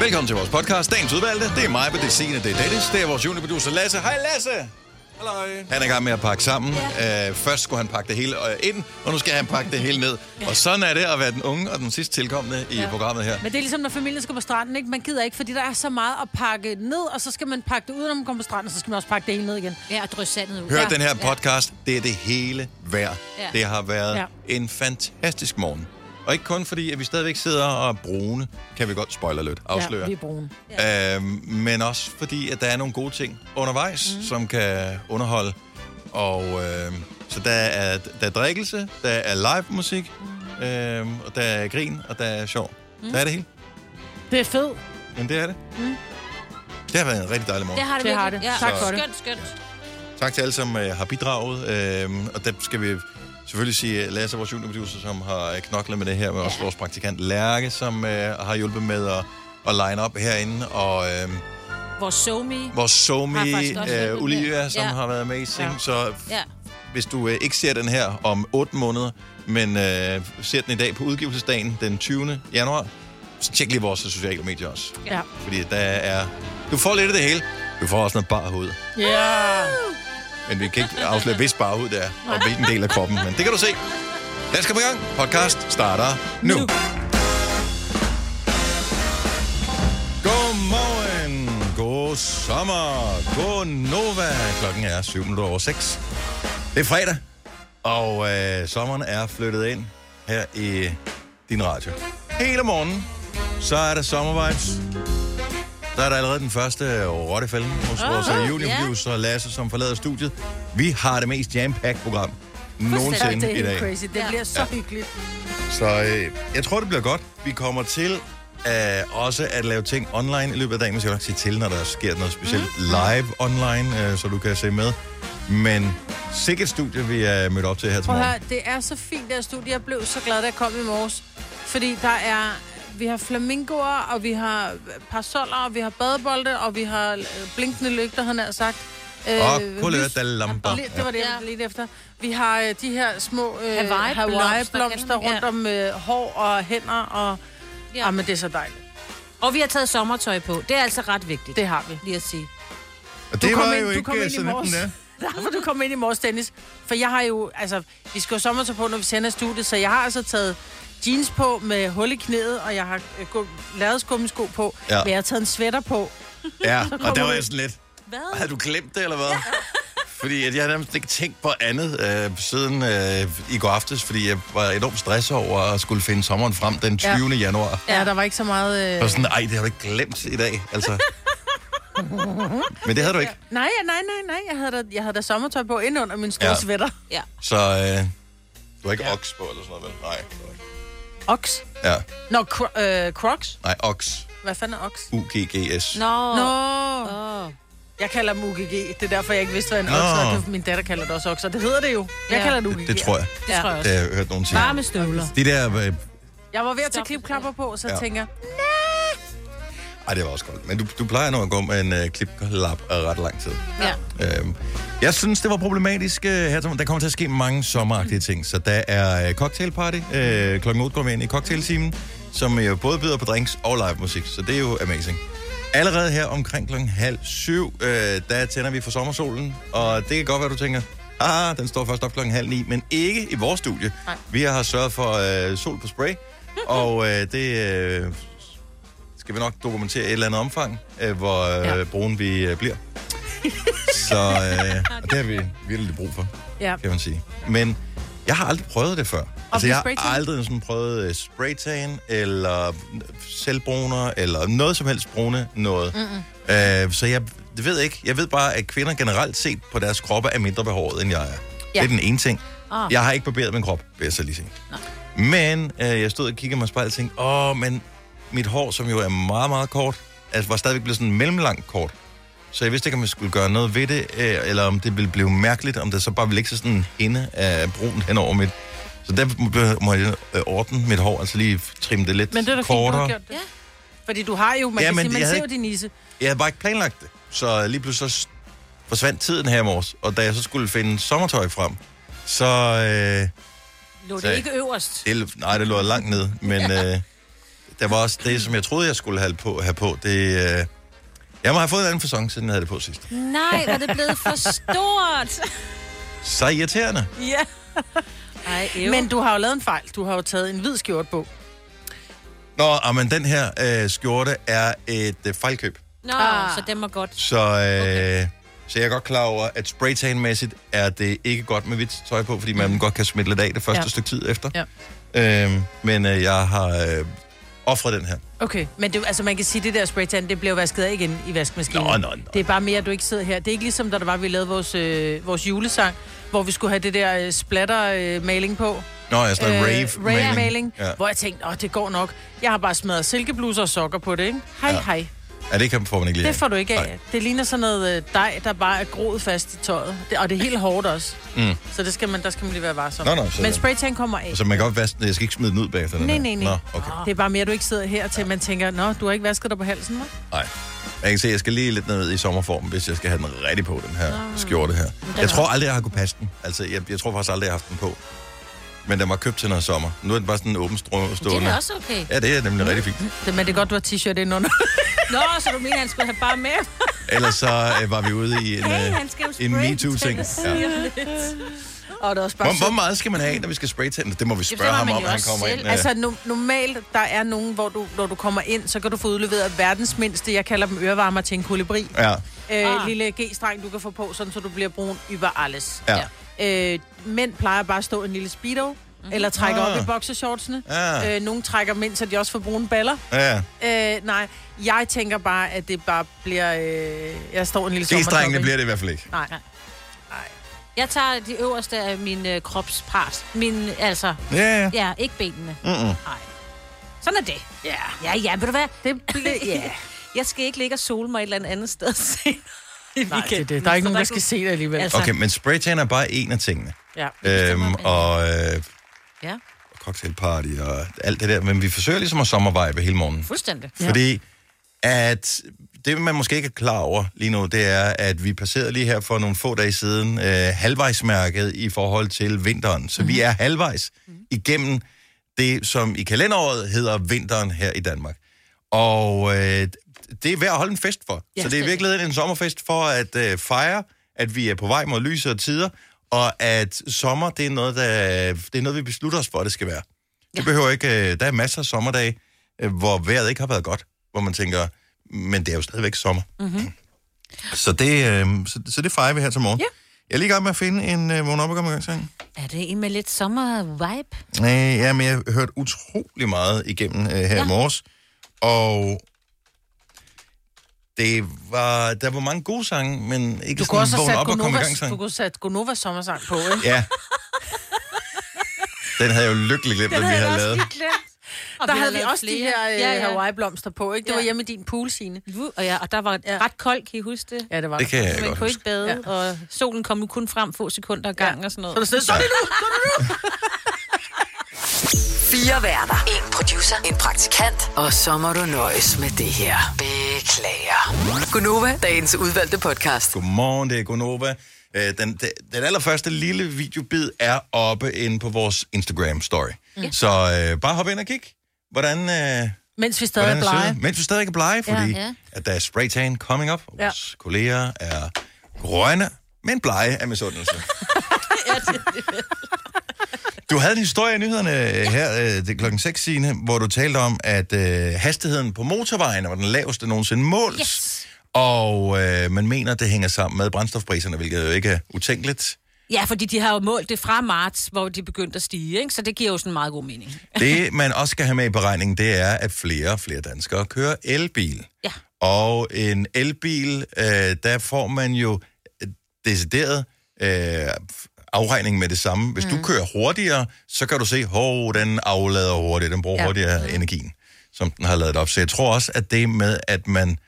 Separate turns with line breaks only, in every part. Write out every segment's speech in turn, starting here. Velkommen til vores podcast, dagens udvalgte. Det er mig, det er Signe, det er Dennis. Det er vores juniorproducer Lasse. Hej Lasse!
Halløj.
Han er i gang med at pakke sammen. Øh, først skulle han pakke det hele øh, ind, og nu skal han pakke det hele ned. Og sådan er det at være den unge og den sidst tilkommende i programmet her.
Men det er ligesom, når familien skal på stranden, ikke? Man gider ikke, fordi der er så meget at pakke ned, og så skal man pakke det ud, når man kommer på stranden, og så skal man også pakke det hele ned igen.
Ja, og drysse sandet ud.
Hør den her podcast. Det er det hele værd.
Ja.
Det har været
Ja.
en fantastisk morgen. Og ikke kun fordi, at vi stadigvæk sidder og er brune, kan vi godt spoiler lidt afsløre.
Ja, vi er brune.
Øhm, men også fordi, at der er nogle gode ting undervejs,
Mhm.
mm. som kan underholde. Og øh, så der er, der er drikkelse, der er live musik,
Mhm.
mm. øhm, og der er grin, og der er sjov. Mm. Der er det hele.
Det er fedt.
Men det er det. Mm. Det har været en rigtig dejlig morgen.
Det har det,
Det har
virkelig.
det. Tak for det.
Skønt, skønt.
Tak til alle, som øh, har bidraget. Øh, og der skal vi selvfølgelig sige øh, Lasse, vores juniorproducer, som har øh, knoklet med det her, men også vores praktikant Lærke, som øh, har hjulpet med at, at line op herinde, og øh,
Vores somi.
vores
Har
somi,
faktisk også hjulpet
øh, Olivia,
med.
som
Ja.
har været amazing. Ja. Så
Ja.
hvis du øh, ikke ser den her om 8 måneder, men øh, ser den i dag på udgivelsesdagen den 20. januar, så tjek lige vores sociale medier også.
Ja.
Fordi der er... Du får lidt af det hele. Du får også noget bare hoved.
Ja.
Men vi kan ikke afsløre, hvis barhud det er, og hvilken del af kroppen. Men det kan du se. Lad os komme i gang. Podcast starter nu.
Nu.
Godmorgen. God sommer. God Nova. Klokken er 7 minutter over 6. Det er fredag, og øh, sommeren er flyttet ind her i din radio. Hele morgenen, så er der sommervibes. Der er der allerede den første øh, rottefælde hos oh, vores
åh,
oh, juniorproducer yeah. Lasse, som forlader studiet. Vi har det mest jam-packed program
Fuldstændig.
nogensinde
Det
i
er
dag.
helt crazy. Det
Ja.
bliver så hyggeligt.
Så øh, jeg tror, det bliver godt. Vi kommer til øh, også at lave ting online i løbet af dagen. Man skal nok sige til, når der sker noget specielt mm. live online, øh, så du kan se med. Men sikkert studie, vi er mødt op til her til
Prøv at
morgen.
høre, det er så fint, det her studie. Jeg blev så glad, da jeg kom i morges. Fordi der er... Vi har flamingoer, og vi har parasoller, og vi har badebolde, og vi har øh, blinkende lygter, han har sagt.
Og
øh, lys-
kulørte lamper.
Lige- Det var det, jeg
Ja.
var lidt efter. Vi har øh, de her små øh,
Hawaii-blomster,
Hawaii-blomster
kalder
rundt
man dem.
om øh, hår og hænder, og... Ja.
Ja.
men det er så dejligt.
Og vi har taget sommertøj på. Det er altså ret vigtigt.
Det har vi.
Lige at sige.
Og
Du
det
kom
var
ind-
jo
du kom
ikke øh,
ind i
så nemt,
morges.
den er.
Derfor du kom ind i morges, Dennis. For jeg har jo, altså, vi skal jo sommertøj på, når vi sender studiet, så jeg har altså taget jeans på med hul i knæet, og jeg har øh, gum- lavet skummesko på,
Ja.
ja. men jeg har taget en sweater på.
Ja, og der
kommer
var
du-
jeg sådan lidt...
Hvad?
Har du glemt det, eller hvad? Fordi at jeg havde nærmest ikke tænkt på andet øh, siden øh, i går aftes, fordi jeg var enormt stresset over at skulle finde sommeren frem den 20.
Ja.
Ja. januar.
Ja, der var ikke så meget... Øh...
Og sådan, ej, det har du ikke glemt i dag, altså. Men det havde du ikke.
Nej, ja, nej, nej, nej. Jeg havde da, jeg havde da sommertøj på ind under min store
Ja.
ja. sweater.
Ja.
Så øh, du har ikke ja. oks på, eller sådan noget, vel? Nej, det var ikke.
Ox.
Ja,
Nå, cro- øh, Crocs.
nej, oks.
Hvad fanden er Ox?
U-G-G-S.
Nå.
Nå,
Åh.
jeg kalder dem UGG. Det er derfor, jeg ikke vidste, hvad en
Nå.
oks var. Det er- Min datter kalder det også okser. Det hedder det jo. Jeg
Ja.
kalder det UGG.
Det, det tror jeg.
Det tror jeg også.
Det har jeg hørt nogen sige.
Varme støvler.
De der... Øh,
Jeg var ved at tage
Stop.
klipklapper på, så
Ja.
ja. tænker
ej, det var også godt. Men du, du plejer nu at gå med en øh, klipklap af ret lang tid.
Ja.
Øhm, Jeg synes, det var problematisk øh, her. til morgen. Der kommer til at ske mange sommeragtige ting. Så der er øh, cocktailparty. Øh, Klokken 8 går vi ind i cocktailtimen, som jo både byder på drinks og live musik. Så det er jo amazing. Allerede her omkring klokken halv syv, øh, der tænder vi for sommersolen. Og det kan godt være, du tænker, ah, den står først op klokken halv ni, men ikke i vores studie. Nej. Vi har sørget for øh, sol på spray, og øh, det øh, skal vi nok dokumentere i et eller andet omfang, øh, hvor øh, ja.
Ja.
brune vi øh, bliver. Så øh, og det har vi virkelig brug for,
Ja.
kan man sige. Men jeg har aldrig prøvet det før. Altså,
blive
jeg har
spraytan?
aldrig sådan prøvet øh, spraytan, eller øh, selvbruner, eller noget som helst brune noget. Øh, så jeg det ved ikke. Jeg ved bare, at kvinder generelt set på deres kroppe er mindre behåret, end jeg er. Ja. Det er den ene ting.
Ah.
Jeg har ikke barberet min krop, vil jeg så lige sige. Men øh, jeg stod og kiggede mig i spejlet og tænkte, åh, men mit hår, som jo er meget, meget kort, altså var stadigvæk blevet sådan mellemlangt kort. Så jeg vidste ikke, om jeg skulle gøre noget ved det, øh, eller om det ville blive mærkeligt, om det så bare ville ikke så sådan en hinde af brun hen over mit. Så der må- må jeg øh, ordne mit hår, altså lige trimme det lidt
Men det er da fint, du har
kortere.
gjort det.
Ja.
Fordi du har jo, man
Ja,
ja, kan
men
sige, man
jeg havde
ser jo din nisse.
Jeg havde bare ikke planlagt det. Så lige pludselig så s- forsvandt tiden her i morges, og da jeg så skulle finde sommertøj frem, så... Øh,
Lå
Så-
det ikke øverst?
det, nej, det lå langt ned, men øh, Der var også det, som jeg troede, jeg skulle have på. Have på. Det, øh, jeg må have fået en anden fasong, siden jeg havde det på sidst.
Nej, var det blevet for stort.
Så irriterende.
Ja.
Ej, ev.
Men du har jo lavet en fejl. Du har jo taget en hvid skjort på.
Nå, ah, men den her øh, skjorte er et øh, fejlkøb.
Nå,
Ah.
ah. så den var godt.
Så, øh, okay. så jeg er godt klar over, at spraytan-mæssigt er det ikke godt med hvidt tøj på, fordi man godt kan smitte lidt af det første
Mm. Ja.
ja. stykke tid efter. Ja. Øhm, men øh, jeg har øh, offret den her.
Okay, men det, altså man kan sige, at det der spraytan, det blev vasket af igen i vaskemaskinen.
Nå, nå, nå.
Det er bare mere, at du ikke sidder her. Det er ikke ligesom, da der var, vi lavede vores, øh, vores julesang, hvor vi skulle have det der øh, splatter-maling på.
Nå, jeg sådan øh,
rave
rave-maling.
maling, maling ja.
Ja.
hvor jeg tænkte, åh, det går nok. Jeg har bare smadret silkebluser og sokker på det, ikke? Hej, ja.
Ja.
hej.
ja, det kan, får man ikke lige
Det får du ikke af.
Nej.
Det ligner sådan noget øh, dej, der bare er groet fast i tøjet. Det, og det er helt hårdt også.
Mm.
Så det skal man, der skal man lige være varsom.
Nå, nå, så-
Men spraytan kommer af.
Så man kan godt vaske den. Jeg skal ikke smide den ud bagefter den
Nej,
her.
nej, nej.
Nå, okay.
Det er bare mere, at du ikke sidder her til, man tænker, nå, du har ikke vasket dig på halsen, hva'?
Nej. Jeg kan se, at jeg skal lige lidt ned i sommerformen, hvis jeg skal have den rigtig på, den her ah. skjorte her. Jeg tror aldrig, jeg har kunne passe den. Altså, jeg, jeg tror faktisk aldrig, jeg har haft den på. Men den var købt til noget sommer. Nu er den bare sådan en åben strå,
Det er
stående.
da også okay.
Ja, det er nemlig rigtig fint.
Det, men det er godt, du har t-shirt indenunder.
Nå, så du mener, han skulle have bare med?
Ellers så øh, var vi ude i en,
Hey,
øh,
han skal jo
en
spraye
MeToo-ting.
den til
Ja.
at sige lidt.
og det er også bare
Hvor, hvor
sødt.
meget skal man have, når vi skal spraytænde? Det må vi spørge
bestemmer
ham
man
om,
jo
når han
også
kommer
selv.
ind. øh.
Altså no- normalt, der er nogen, hvor du, når du kommer ind, så kan du få udleveret verdens mindste, jeg kalder dem ørevarmer til en kolibri.
Ja,
Øh,
Ah.
Lille G-streng, du kan få på, sådan så du bliver brun über alles.
ja.
Øh, mænd plejer bare at stå i en lille speedo,
Mhm.
mm-hmm. eller trække
Ah.
op i boxershortsene.
Ah.
Øh, nogle trækker dem ind, så de også får brune baller.
ja. ja.
Øh, nej, jeg tænker bare, at det bare bliver... Øh, jeg står i en lille
G-strengene
ikke?
bliver det i hvert fald ikke.
Nej.
Jeg tager de øverste af min øh, kropspart. Min, altså,
Ja, ja.
ja, ikke benene.
Mm-mm.
Nej. Sådan er det.
Ja. Yeah.
Ja, ja, ved du hvad?
Det bliver... Ja.
Jeg skal ikke ligge og sole mig et eller andet andet sted senere
Nej, det
i
er det.
weekenden,
Der er ikke
så
nogen, der skal se det alligevel.
Altså-
Okay, men spraytan er bare en af tingene.
Ja.
Øhm,
man, ja.
og øh,
Ja,
cocktailparty og alt det der. Men vi forsøger ligesom at sommervibe hele morgenen.
fuldstændig.
Ja. Fordi at det, man måske ikke er klar over lige nu, det er, at vi passerede lige her for nogle få dage siden øh, halvvejsmærket i forhold til vinteren. Så mm.
Mhm.
vi er halvvejs igennem det, som i kalenderåret hedder vinteren her i Danmark. Og øh, det er værd at holde en fest for. Ja, så det er i virkeligheden en sommerfest for at øh, fejre, at vi er på vej mod lysere tider, og at sommer, det er noget, der, det er noget vi beslutter os for, at det skal være. Det behøver ikke... Øh, der er masser af sommerdage, øh, hvor vejret ikke har været godt, hvor man tænker, men det er jo stadigvæk sommer. Mm-hmm. Så, det, øh, så, så det fejrer vi her til morgen.
Ja.
Jeg er lige i gang med at finde en øh, vågen op og komme i gang sang.
Er det en med lidt sommer-vibe?
Øh, ja, men jeg har hørt utrolig meget igennem øh, her ja. i
Ja.
morges, og det var, der var mange gode sange, men ikke
Du kunne
sådan
også have
vågen
sat
op og komme i gang
Gonovas, du
sang.
kunne sætte Gonovas sommersang på, ikke?
Ja. Den havde jeg jo lykkelig glemt, at vi havde lavet.
Og
Der
vi
havde vi
lavet
også de
flere.
her øh,
ja, ja.
Hawaii-blomster på, ikke? Det
Ja.
var hjemme i din pool, Signe.
Hawaii. Og, ja, og der var ja. ret koldt, kan I huske det?
Ja, det var
Det kan jeg
Man
godt
kunne
huske.
ikke bade, ja. og solen kom jo kun frem få sekunder ad gangen ja. og sådan noget.
Så er det sådan, så er det nu!
Fire værter. En producer. En praktikant. Og så må du nøjes med det her. Beklager. Gunova, dagens udvalgte podcast.
Godmorgen, det er Gonova. Øh, Den, den, den allerførste lille videobid er oppe inde på vores Instagram-story. Mm. Så øh, bare hop ind og kig, hvordan, øh, hvordan
Mens vi stadig er
det ser
blege.
ud. Mens vi stadig er blege, fordi ja, ja.
ja.
at der er spraytan coming up, og
Ja.
vores kolleger er grønne, men blege af misundelse. Du havde en historie i nyhederne ja. her øh, det, klokken 6, Signe, hvor du talte om, at øh, hastigheden på motorvejen var den laveste nogensinde målt.
Yes.
Og øh, man mener, det hænger sammen med brændstofpriserne, hvilket jo ikke er utænkeligt.
Ja, fordi de har jo målt det fra marts, hvor de begyndte at stige, ikke? så det giver jo sådan meget god mening.
Det, man også skal have med i beregningen, det er, at flere og flere danskere kører elbil.
Ja.
Og en elbil, øh, der får man jo øh, decideret øh, afregning med det samme. Hvis mm. du kører hurtigere, så kan du se, at den aflader hurtigt, den bruger ja. hurtigere mm. energien, som den har lavet op. Så jeg tror også, at det med, at man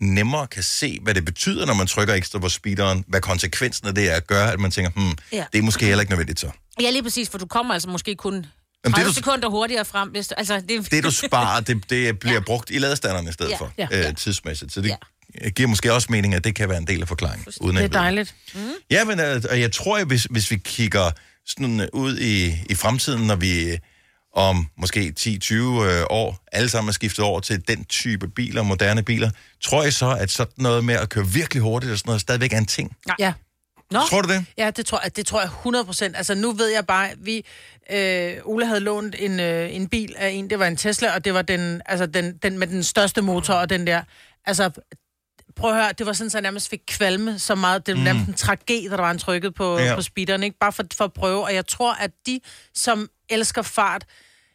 nemmere kan se, hvad det betyder, når man trykker ekstra på speederen, hvad konsekvensen af det er, gør, at man tænker, hmm, ja.
Ja.
det er måske heller ikke nødvendigt så.
Ja, lige præcis, for du kommer altså måske kun 30
det er
Jamen,
du-
sekunder hurtigere frem. Hvis du, altså, det,
det, du sparer, det, det bliver ja. brugt i ladestanderen i stedet ja.
Ja,
for, ja.
ja,
Øh, tidsmæssigt. Så det ja. giver måske også mening, at det kan være en del af forklaringen. Uden
Det
at jeg ved
er dejligt.
Mm.
Mm-hmm. Ja, men øh, og jeg tror, at hvis, hvis vi kigger sådan ud i, i fremtiden, når vi øh, om måske 10-20 øh, år alle sammen er skiftet over til den type biler, moderne biler, tror I så, at sådan noget med at køre virkelig hurtigt og sådan noget stadigvæk er en ting?
Ja. Nå.
Tror du det?
Ja, det tror, jeg- det tror jeg 100 procent. Altså, nu ved jeg bare, vi... Øh, Ole havde lånt en, øh, en bil af en, det var en Tesla, og det var den, altså den, den med den største motor og den der... Altså, prøv at høre, det var sådan, så jeg nærmest fik kvalme så meget. Det var nærmest en tragedie, der var en trykket på,
Mm. Ja.
ja. på speederen, ikke? Bare for, for at prøve. Og jeg tror, at de, som elsker fart,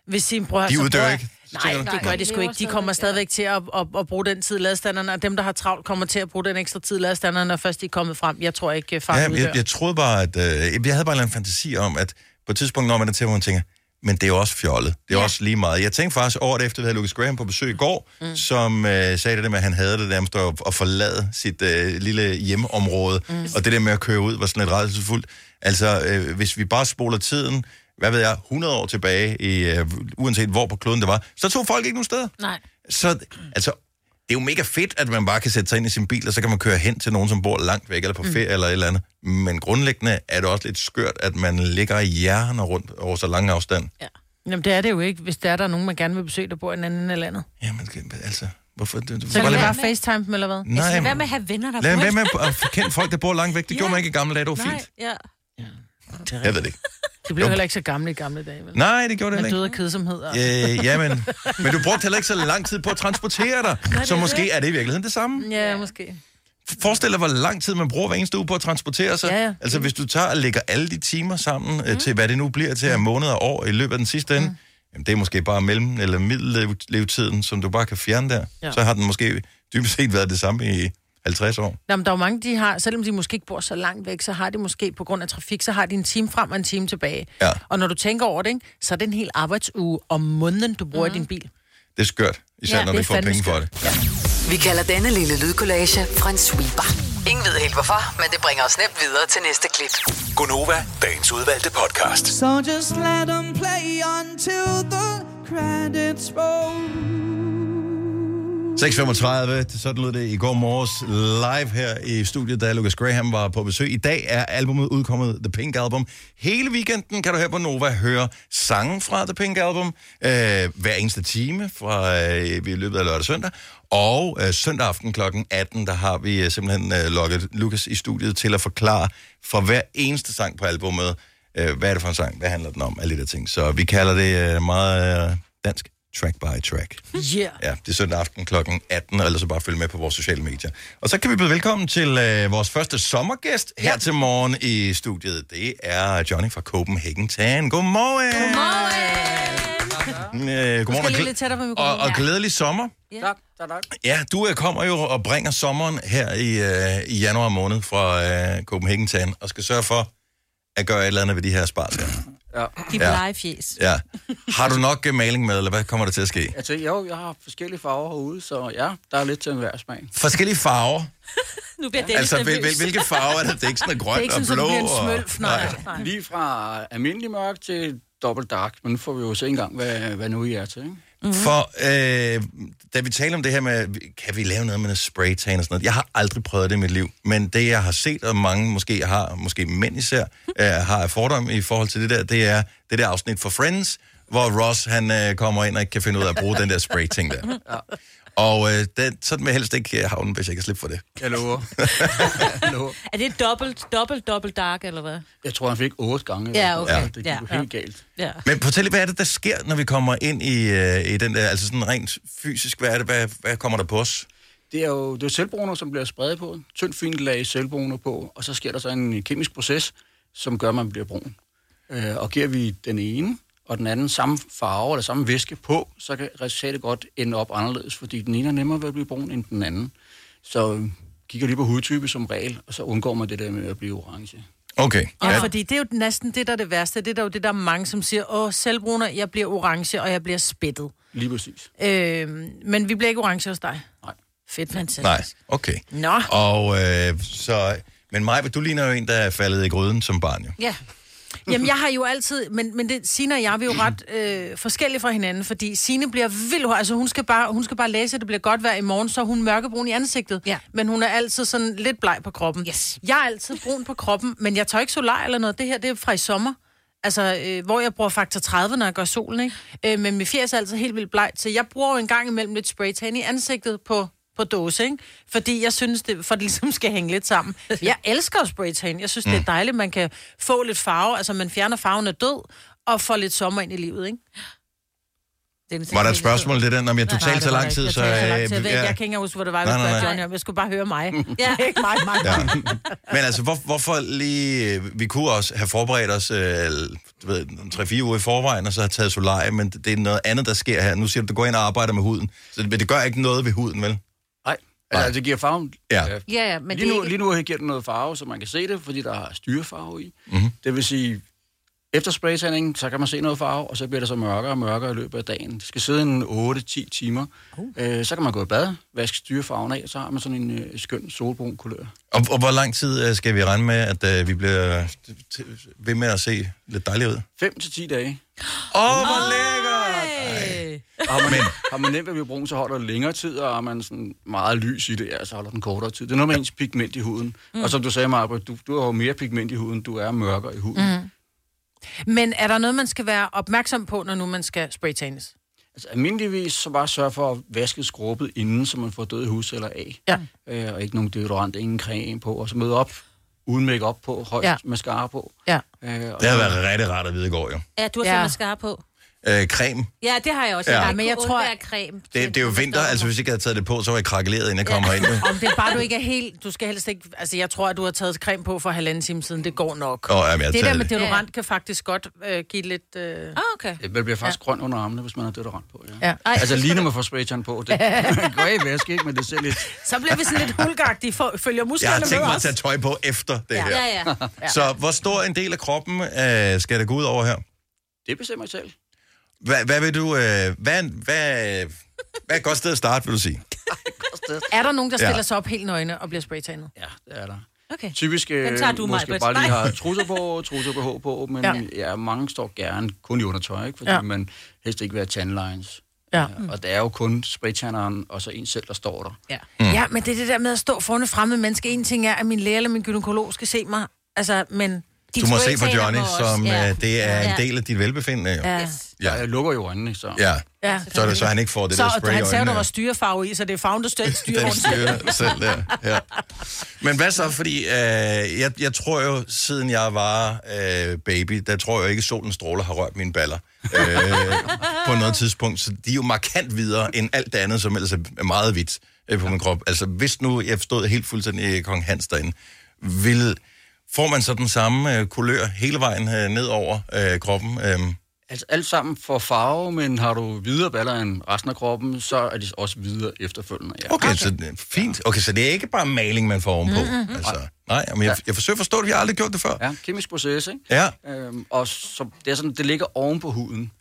vil sige, prøv at høre,
De
så
uddør
prøver-
ikke,
Nej,
tænker du?
det gør de sgu
lever
ikke. De
stadigvæk,
kommer
ja.
stadigvæk til at, at, at bruge den tid i ladestanderne, og dem, der har travlt, kommer til at bruge den ekstra tid i ladestanderne, når først de er kommet frem. Jeg tror ikke, øh, far
Ja,
ja,
jeg, jeg, jeg troede bare, at... Øh, jeg havde bare en eller anden fantasi om, at på et tidspunkt når man er til, hvor man tænker, men det er jo også fjollet. Det er ja. også lige meget. Jeg tænkte faktisk over det, efter vi havde Lucas Graham på besøg i går, mm. som øh, sagde det der med, at han havde det nærmest at, at forlade sit øh, lille hjemområde. Mm. Og det der med at køre ud var sådan lidt redselsfuldt. Altså, øh, hvis vi bare spoler tiden, hvad ved jeg, 100 år tilbage, i, øh, uanset hvor på kloden det var, så tog folk ikke nogen steder.
Nej.
Så altså, det er jo mega fedt, at man bare kan sætte sig ind i sin bil, og så kan man køre hen til nogen, som bor langt væk, eller på ferie, mm. eller et eller andet. Men grundlæggende er det også lidt skørt, at man ligger hjerner rundt over så lang afstand. Ja.
Jamen, det er det jo ikke, hvis der er der er nogen, man gerne vil besøge, der bor i en anden ende af landet.
Jamen, det- altså, hvorfor? Det, det,
Så kan
lad
man
være-
bare facetime dem, eller hvad?
Nej,
Nej,
altså, hvad med at have venner, der
lad
bor
være
i-
med at kende folk, der bor langt væk. Det gjorde man ikke i gamle dage, det var
Nej,
fint.
ja.
Jeg ved det ikke.
De blev heller ikke så gamle i gamle dage, vel?
Nej, det gjorde det
Man
heller
døde af kedsomhed. Og...
ikke. Øh, jamen, men du brugte heller ikke så lang tid på at transportere dig, så måske er det i virkeligheden det samme.
Ja, måske.
Forestil dig, hvor lang tid man bruger hver eneste uge på at transportere sig.
Ja, ja.
Altså, hvis du tager og lægger alle de timer sammen mm. til, hvad det nu bliver til af måneder og år i løbet af den sidste ende, mm. jamen, det er måske bare mellem- eller middellevetiden, som du bare kan fjerne der. Ja.
Ja.
Så har den måske dybest set været det samme i 50 år.
Nå, men der er jo mange, de har, selvom de måske ikke bor så langt væk, så har de måske på grund af trafik, så har de en time frem og en time tilbage.
Ja.
Og når du tænker over det, ikke, så er det en hel arbejdsuge om måneden, du bruger mm. i din bil.
Det er skørt, især
Ja, det
når du
er
ikke får
fandme
penge for det.
skørt.
Vi kalder denne lille lydkollage Frans sweeper. Ingen ved helt hvorfor, men det bringer os nemt videre til næste klip.
Gunova, dagens udvalgte podcast.
So just let them play until the credits roll.
6.35, sådan lød det i går morges live her i studiet, da Lucas Graham var på besøg. I dag er albumet udkommet, The Pink Album. Hele weekenden kan du her på Nova høre sange fra The Pink Album, øh, hver eneste time fra øh, i løbet af lørdag og søndag. Og øh, søndag aften kl. 18, der har vi øh, simpelthen øh, lukket Lucas i studiet til at forklare for hver eneste sang på albumet, øh, hvad er det for en sang, hvad handler den om, alle de der ting. Så vi kalder det øh, meget øh, dansk track by track.
Yeah.
Ja, det er søndag aften kl. 18, eller så bare følg med på vores sociale medier. Og så kan vi byde velkommen til øh, vores første sommergæst her ja. til morgen i studiet. Det er Johnny fra Copenhagen Tan. Godmorgen! Godmorgen! Øh, godmorgen og,
lige
glæ-
lidt tættere på
og,
mikrofonen.
og glædelig sommer.
Tak, tak, tak.
Ja, du øh, kommer jo og bringer sommeren her i, øh, i januar måned fra øh, Copenhagen Tan, og skal sørge for at gøre et eller andet ved de her spars her.
De
Ja.
blege fjes.
Ja. Har du nok øh, maling med, eller hvad kommer der til at ske?
Altså, jo, jeg har forskellige farver herude, så ja, der er lidt til enhver smag.
Forskellige farver.
Nu bliver det
Altså, hvil, hvil, hvilke farver er det? Det er ikke sådan noget grønt
Det er ikke sådan,
og
så
blå.
du bliver en
og-
smølf. Nej. Nej.
Lige fra almindelig mørk til dobbelt dark, men nu får vi jo se engang, hvad, hvad nu I er til, ikke?
Mm-hmm.
For øh, da vi taler om det her med, kan vi lave noget med noget spraytan og sådan noget? Jeg har aldrig prøvet det i mit liv, men det jeg har set, og mange måske har, måske mænd især,
Mm-hmm.
øh, har af fordom i forhold til det der, det er det der afsnit for Friends, hvor Ross han øh, kommer ind og ikke kan finde ud af at bruge den der sprayting
Mm-hmm.
der. Og øh, den, sådan vil jeg helst ikke øh, havne, hvis jeg kan slippe for det.
Jeg lover. jeg lover.
Er det dobbelt, dobbelt, dobbelt dark, eller hvad?
Jeg tror, han fik otte gange.
Ja,
eller sådan
okay.
noget. Det gik
Ja,
jo
ja.
helt galt.
Ja.
Men fortæl lige, hvad er det, der sker, når vi kommer ind i, øh, i den der, altså sådan rent fysisk, hvad er det, hvad, hvad kommer der på os?
Det er jo det er jo selvbruner, som bliver spredt på. Tyndt fint lag selvbruner på, og så sker der så en kemisk proces, som gør, at man bliver brun. Øh, og giver vi den ene og den anden samme farve eller samme væske på, så kan resultatet godt ende op anderledes, fordi den ene er nemmere ved at blive brun end den anden. Så øh, kigger lige på hudtype som regel, og så undgår man det der med at blive orange.
Okay.
Ja, fordi det er jo næsten det, der er det værste. Det er der jo det, der er mange, som siger, åh, selvbruner, jeg bliver orange, og jeg bliver spættet.
Lige præcis.
Øh, men vi bliver ikke orange hos dig.
Nej.
Fedt, fantastisk.
Nej, okay.
Nå.
Og øh, så... Men Maja, du ligner jo en, der er faldet i gryden som barn, jo.
Ja. Jamen, jeg har jo altid... Men, men det, Sina og jeg, vi er jo ret øh, forskellige fra hinanden, fordi Sine bliver vildt... hår- Altså, hun skal, bare, hun skal bare læse, at det bliver godt vejr i morgen, så er hun mørkebrun i ansigtet.
Ja.
Men hun er altid sådan lidt bleg på kroppen.
Yes.
Jeg er altid brun på kroppen, men jeg tager ikke solar eller noget. Det her, det er fra i sommer. Altså, øh, hvor jeg bruger faktor 30, når jeg går i solen, ikke? Øh, men mit fjerde er altid helt vildt blegt, så jeg bruger jo en gang imellem lidt spraytan i ansigtet på, på dåse, ikke? Fordi jeg synes, det, for det ligesom skal hænge lidt sammen. Jeg elsker jo spraytan. Jeg synes, det er dejligt, man kan få lidt farve. Altså, man fjerner farven af død, og får lidt sommer ind i livet, ikke?
Det
Var der et spørgsmål det der? Nå, men jeg, du talte så lang tid, så...
Jeg, talte så
øh,
lang tid, jeg, ved, ikke, jeg kan ikke engang huske, hvor det var, vi
Nej, nej,
spørger
nej.
Johnny om. Jeg skulle bare høre mig.
Ja.
ikke mig, mig, mig.
Ja. Men altså, hvor, hvorfor lige... øh, Vi kunne også have forberedt os øh, du ved, 3-4 uger i forvejen, og så have taget solarie, men det er noget andet, der sker her. Nu siger du, du går ind og arbejder med huden. Så det, men det gør ikke noget ved huden, vel?
Nej,
Nej.
altså, det giver farven.
Ja.
Øh,
Ja, ja, men
lige,
det er
nu,
ikke...
lige nu her giver den noget farve, så man kan se det, fordi der er styrefarve i.
Mhm.
Mm-hmm. Det vil sige, efter spraytandingen, så kan man se noget farve, og så bliver det så mørkere og mørkere i løbet af dagen. Det skal sidde en 8-10 timer. Uh. Øh, så kan man gå i bad, vaske styrefarven af, og så har man sådan en øh, skøn solbrun kulør.
Og, og hvor lang tid øh, skal vi regne med, at øh, vi bliver t- t- ved med at se lidt dejligt ud?
5-10 dage.
Åh, oh, hvor lækkert!
Og har man, har man nemt ved at blive brun, så holder det længere tid, og har man sådan meget lys i det, ja, så holder den kortere tid. Det er noget med ens pigment i huden. Mm. Og som du sagde, Marbert, du, du har jo mere pigment i huden, du er mørkere i huden. Mm.
Mm. Men er der noget, man skal være opmærksom på, når nu man skal spraytanes?
Altså almindeligvis så bare sørge for at vaske skrubbet inden, så man får døde hudceller af.
Ja.
Øh, og ikke nogen deodorant, ingen creme på, og så møde op uden make op på, højt
Ja.
ja. mascara på.
Ja.
Øh, og
Det har været rigtig rart at vide i går, jo.
Ja, du har
Ja.
ja. mascara på.
Øh, creme.
Ja, det har jeg også.
Ja.
Ja.
Ja,
men jeg
kunne
tror-
undvære creme.
Det, det er jo vinter, altså hvis jeg ikke havde taget det på, så var jeg krakeleret, inden jeg kom herind. jo.
Om det er bare, du ikke er helt... Du skal helst ikke... Altså, jeg tror, at du har taget creme på for halvanden time siden. Det går nok.
Åh, oh, jamen,
Det
jeg
der
tager
med
det.
deodorant kan faktisk godt øh, give lidt... Øh...
Ah, okay.
Man bliver faktisk ja. grøn under armene, hvis man har deodorant på. Ja.
Ja.
Ej.
Altså lige når man får spraytan på, det går i vask, ikke? Men det ser lidt...
Så bliver vi sådan lidt hulgagtige, for, følger
Jeg har
musklerne
tænkt mig
med
at
os.
tage tøj på efter det her.
Ja, ja.
Så hvor stor en del af kroppen øh, skal det gå ud over her?
Det bestemmer jeg selv.
Hvad, hvad vil du... Øh, hvad, hvad, hvad er et godt sted at starte, vil du sige?
Er der nogen, der
Ja.
stiller sig op helt nøgne og bliver spraytanet?
Ja, det er der.
Okay.
Typisk øh,
Den tager du,
måske
Maj-Brit.
bare lige
Nej.
har trusser på, trusser på, på, men
Ja.
ja. ja. mange står gerne kun i undertøj, ikke? fordi
Ja.
ja. man helst ikke vil have tandlines.
Ja.
Mm. Og det er jo kun spraytanderen og så en selv, der står der.
Ja.
Mm. Ja, men det er det der med at stå foran et fremmed menneske. En ting er, at min læge eller min gynækolog skal se mig. Altså, men...
Din
Du må se på
spraytaner
Johnny,
må også-
som
ja.
øh, det er en
Ja.
del af dit velbefindende. Jo.
Ja.
Yes.
Ja.
Ja. Jeg lukker jo øjnene, så...
ja.
Ja.
Så, er det, så han ikke får det
så,
der
og
spray i
han sagde, der
øjnene.
var styrefarve i, så det er farven, der styrer styrer
Den
rundt.
styrer selv der. Ja. Men hvad så? Fordi øh, jeg, jeg tror jo, siden jeg var øh, baby, der tror jeg ikke, at solens stråler har rørt mine baller øh, på noget tidspunkt. Så de er jo markant videre end alt det andet, som ellers er meget vidt øh, på min krop. Altså hvis nu jeg stod helt fuldstændig øh, kong Hans derinde, vil, får man så den samme øh, kulør hele vejen øh, ned over øh, kroppen? Øh,
Altså alt sammen for farve, men har du videre baller end resten af kroppen, så er de også videre efterfølgende. Ja.
Okay, okay, så det er fint. Okay, så det er ikke bare maling, man får ovenpå. Mm-hmm. Altså, nej, men jeg, jeg forsøger at forstå det. Vi har aldrig gjort det før.
Ja, kemisk proces, ikke?
Ja.
Øhm, og så, det er sådan, det ligger oven på huden.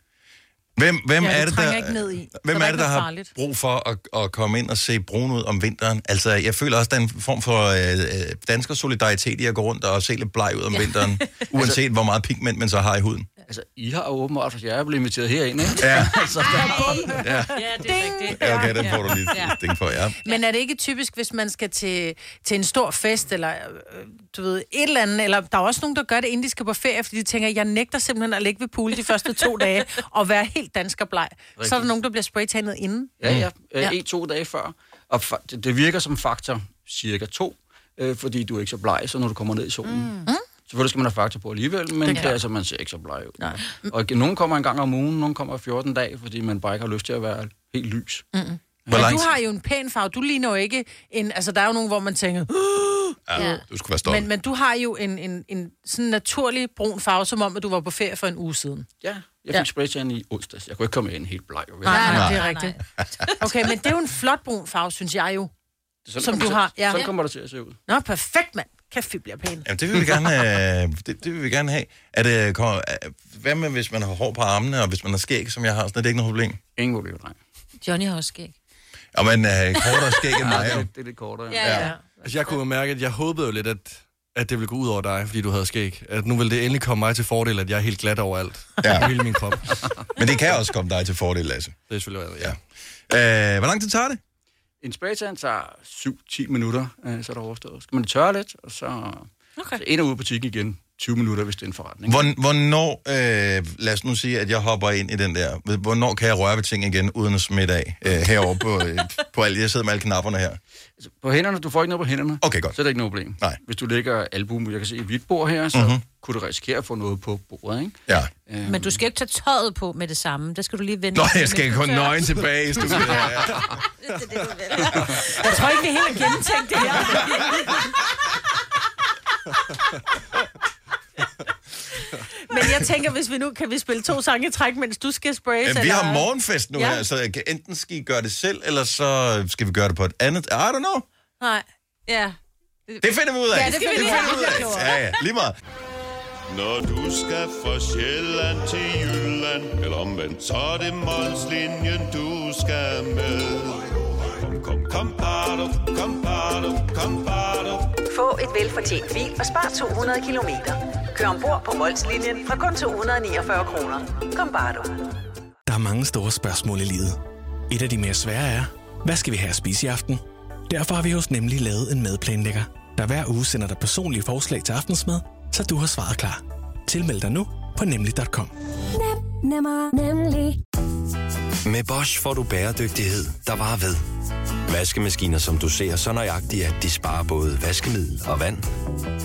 Hvem, hvem
Ja, det
er det,
trænger
der,
ikke ned i. Så
Hvem
der er
er det,
ikke
der
noget
har
farligt.
brug for at, at komme ind og se brun ud om vinteren? Altså, jeg føler også, der er en form for øh, øh, dansker solidaritet i at gå rundt og se lidt bleg ud om vinteren,
Altså-
uanset hvor meget pigment man så har i huden.
Altså, I har jo åbenbart, for jeg er blevet inviteret herind, ikke?
Ja,
Altså, der,
Ja, det er rigtigt.
ja, okay, den får du lige et ding for, ja.
Men er det ikke typisk, hvis man skal til, til en stor fest, eller øh, du ved, et eller andet, eller der er også nogen, der gør det, inden de skal på ferie, fordi de tænker, jeg nægter simpelthen at ligge ved pool de første to dage, og være helt danskerbleg. Så er der nogen, der bliver spraytandet inden.
Ja, ja. Øh,
Mm. Ja.
En, to dage før. Og fa- det, det virker som faktor cirka to, øh, fordi du er ikke så bleg, så når du kommer ned i solen. Mm. Selvfølgelig skal man have faktor på alligevel, men det er, altså, man ser ikke så bleg ud. Nej.
Mm.
Og igen, nogen kommer en gang om ugen, nogen kommer 14 dage, fordi man bare ikke har lyst til at være helt lys. Mm.
Hvor
Men
langt?
du har jo en pæn farve. Du ligner jo ikke en... Altså, der er jo nogen, hvor man tænker...
Ja, du skulle være stolt.
Men, men du har jo en, en, en sådan naturlig brun farve, som om, at du var på ferie for en uge siden.
Ja, jeg fik
Ja.
ja. spraytan i onsdags. Jeg kunne ikke komme ind helt bleg. vel?
Nej, nej,
nej,
det er rigtigt. Okay, men det er jo en flot brun farve, synes jeg jo.
Det er sådan,
Som
det
du
kommer
har,
til-
ja.
Sådan kommer det til at se ud.
Nå, perfekt, mand. Kæft, vi bliver pæne.
Jamen, det vil vi gerne, øh, det, det vil vi gerne have. Er det, kommer, øh, hvad med, hvis man har hår på armene, og hvis man har skæg, som jeg har? Sådan, er det ikke noget problem?
Ingen problem, nej.
Johnny har også skæg.
Og man øh, kortere skæg end mig.
Det er,
jo.
lidt- det er lidt kortere.
Ja,
Ja.
ja.
Altså, jeg kunne mærke, at jeg håbede jo lidt, at, at det ville gå ud over dig, fordi du havde skæg. At nu ville det endelig komme mig til fordel, at jeg er helt glat overalt.
Ja.
Ja. Hele min krop.
Men det kan også komme dig til fordel, Lasse.
Det er selvfølgelig,
Ja.
ja.
Øh, hvor lang tid tager det?
En spraytan tager 7-10 minutter, øh, så er der overstået. Så skal man tørre lidt, og så,
Okay.
så ind og ud af butikken igen.
20 minutter, hvis det er en forretning.
Hvor, hvornår, øh, lad os nu sige, at jeg hopper ind i den der, hvornår kan jeg røre ved ting igen, uden at smitte af øh, herovre på, øh, på alle, jeg sidder med alle knapperne her.
Altså, på hænderne, du får ikke noget på hænderne.
Okay, godt.
Så er det ikke noget problem.
Nej. Mhm.
Hvis du lægger albuen, jeg kan se et hvidt bord her, så mm-hmm. kunne du risikere at få noget på bordet, ikke?
Ja.
Øhm,
Men du skal jo ikke tage tøjet på med det samme. Der skal du lige vente.
Nå, jeg skal gå nøgen tilbage i studiet. Ja, ja.
Jeg tror ikke, det hele er gennemtænkt, det her.
Men jeg tænker, hvis vi nu kan vi spille to sange i træk, mens du skal sprays.
Jamen, Øh, Vi har morgenfest nu
Ja.
her, så jeg kan enten skal I gøre det selv, eller så skal vi gøre det på et andet. I don't know.
Nej. Ja.
Det finder vi ud af.
Ja, det finder vi
finder
ud af.
vi ud af. Ja, ja. Lige meget.
Når du skal fra Sjælland til Jylland Eller omvendt, så er det Molslinjen, du skal med Kom, kom, kom, bado, kom, bado, kom, bado.
Få et velfortjent bil og spar 200 kilometer. Kør ombord på Molslinjen fra kun 249 kroner. Kom bare du.
Der er mange store spørgsmål i livet. Et af de mere svære er, hvad skal vi have at spise i aften? Derfor har vi hos Nemlig lavet en madplanlægger, der hver uge sender dig personlige forslag til aftensmad, så du har svaret klar. Tilmeld dig nu på nemlig.com.
Nemmer, nemlig.
Med Bosch får du bæredygtighed, der varer ved. Vaskemaskiner, som du ser så nøjagtigt, at de sparer både vaskemiddel og vand.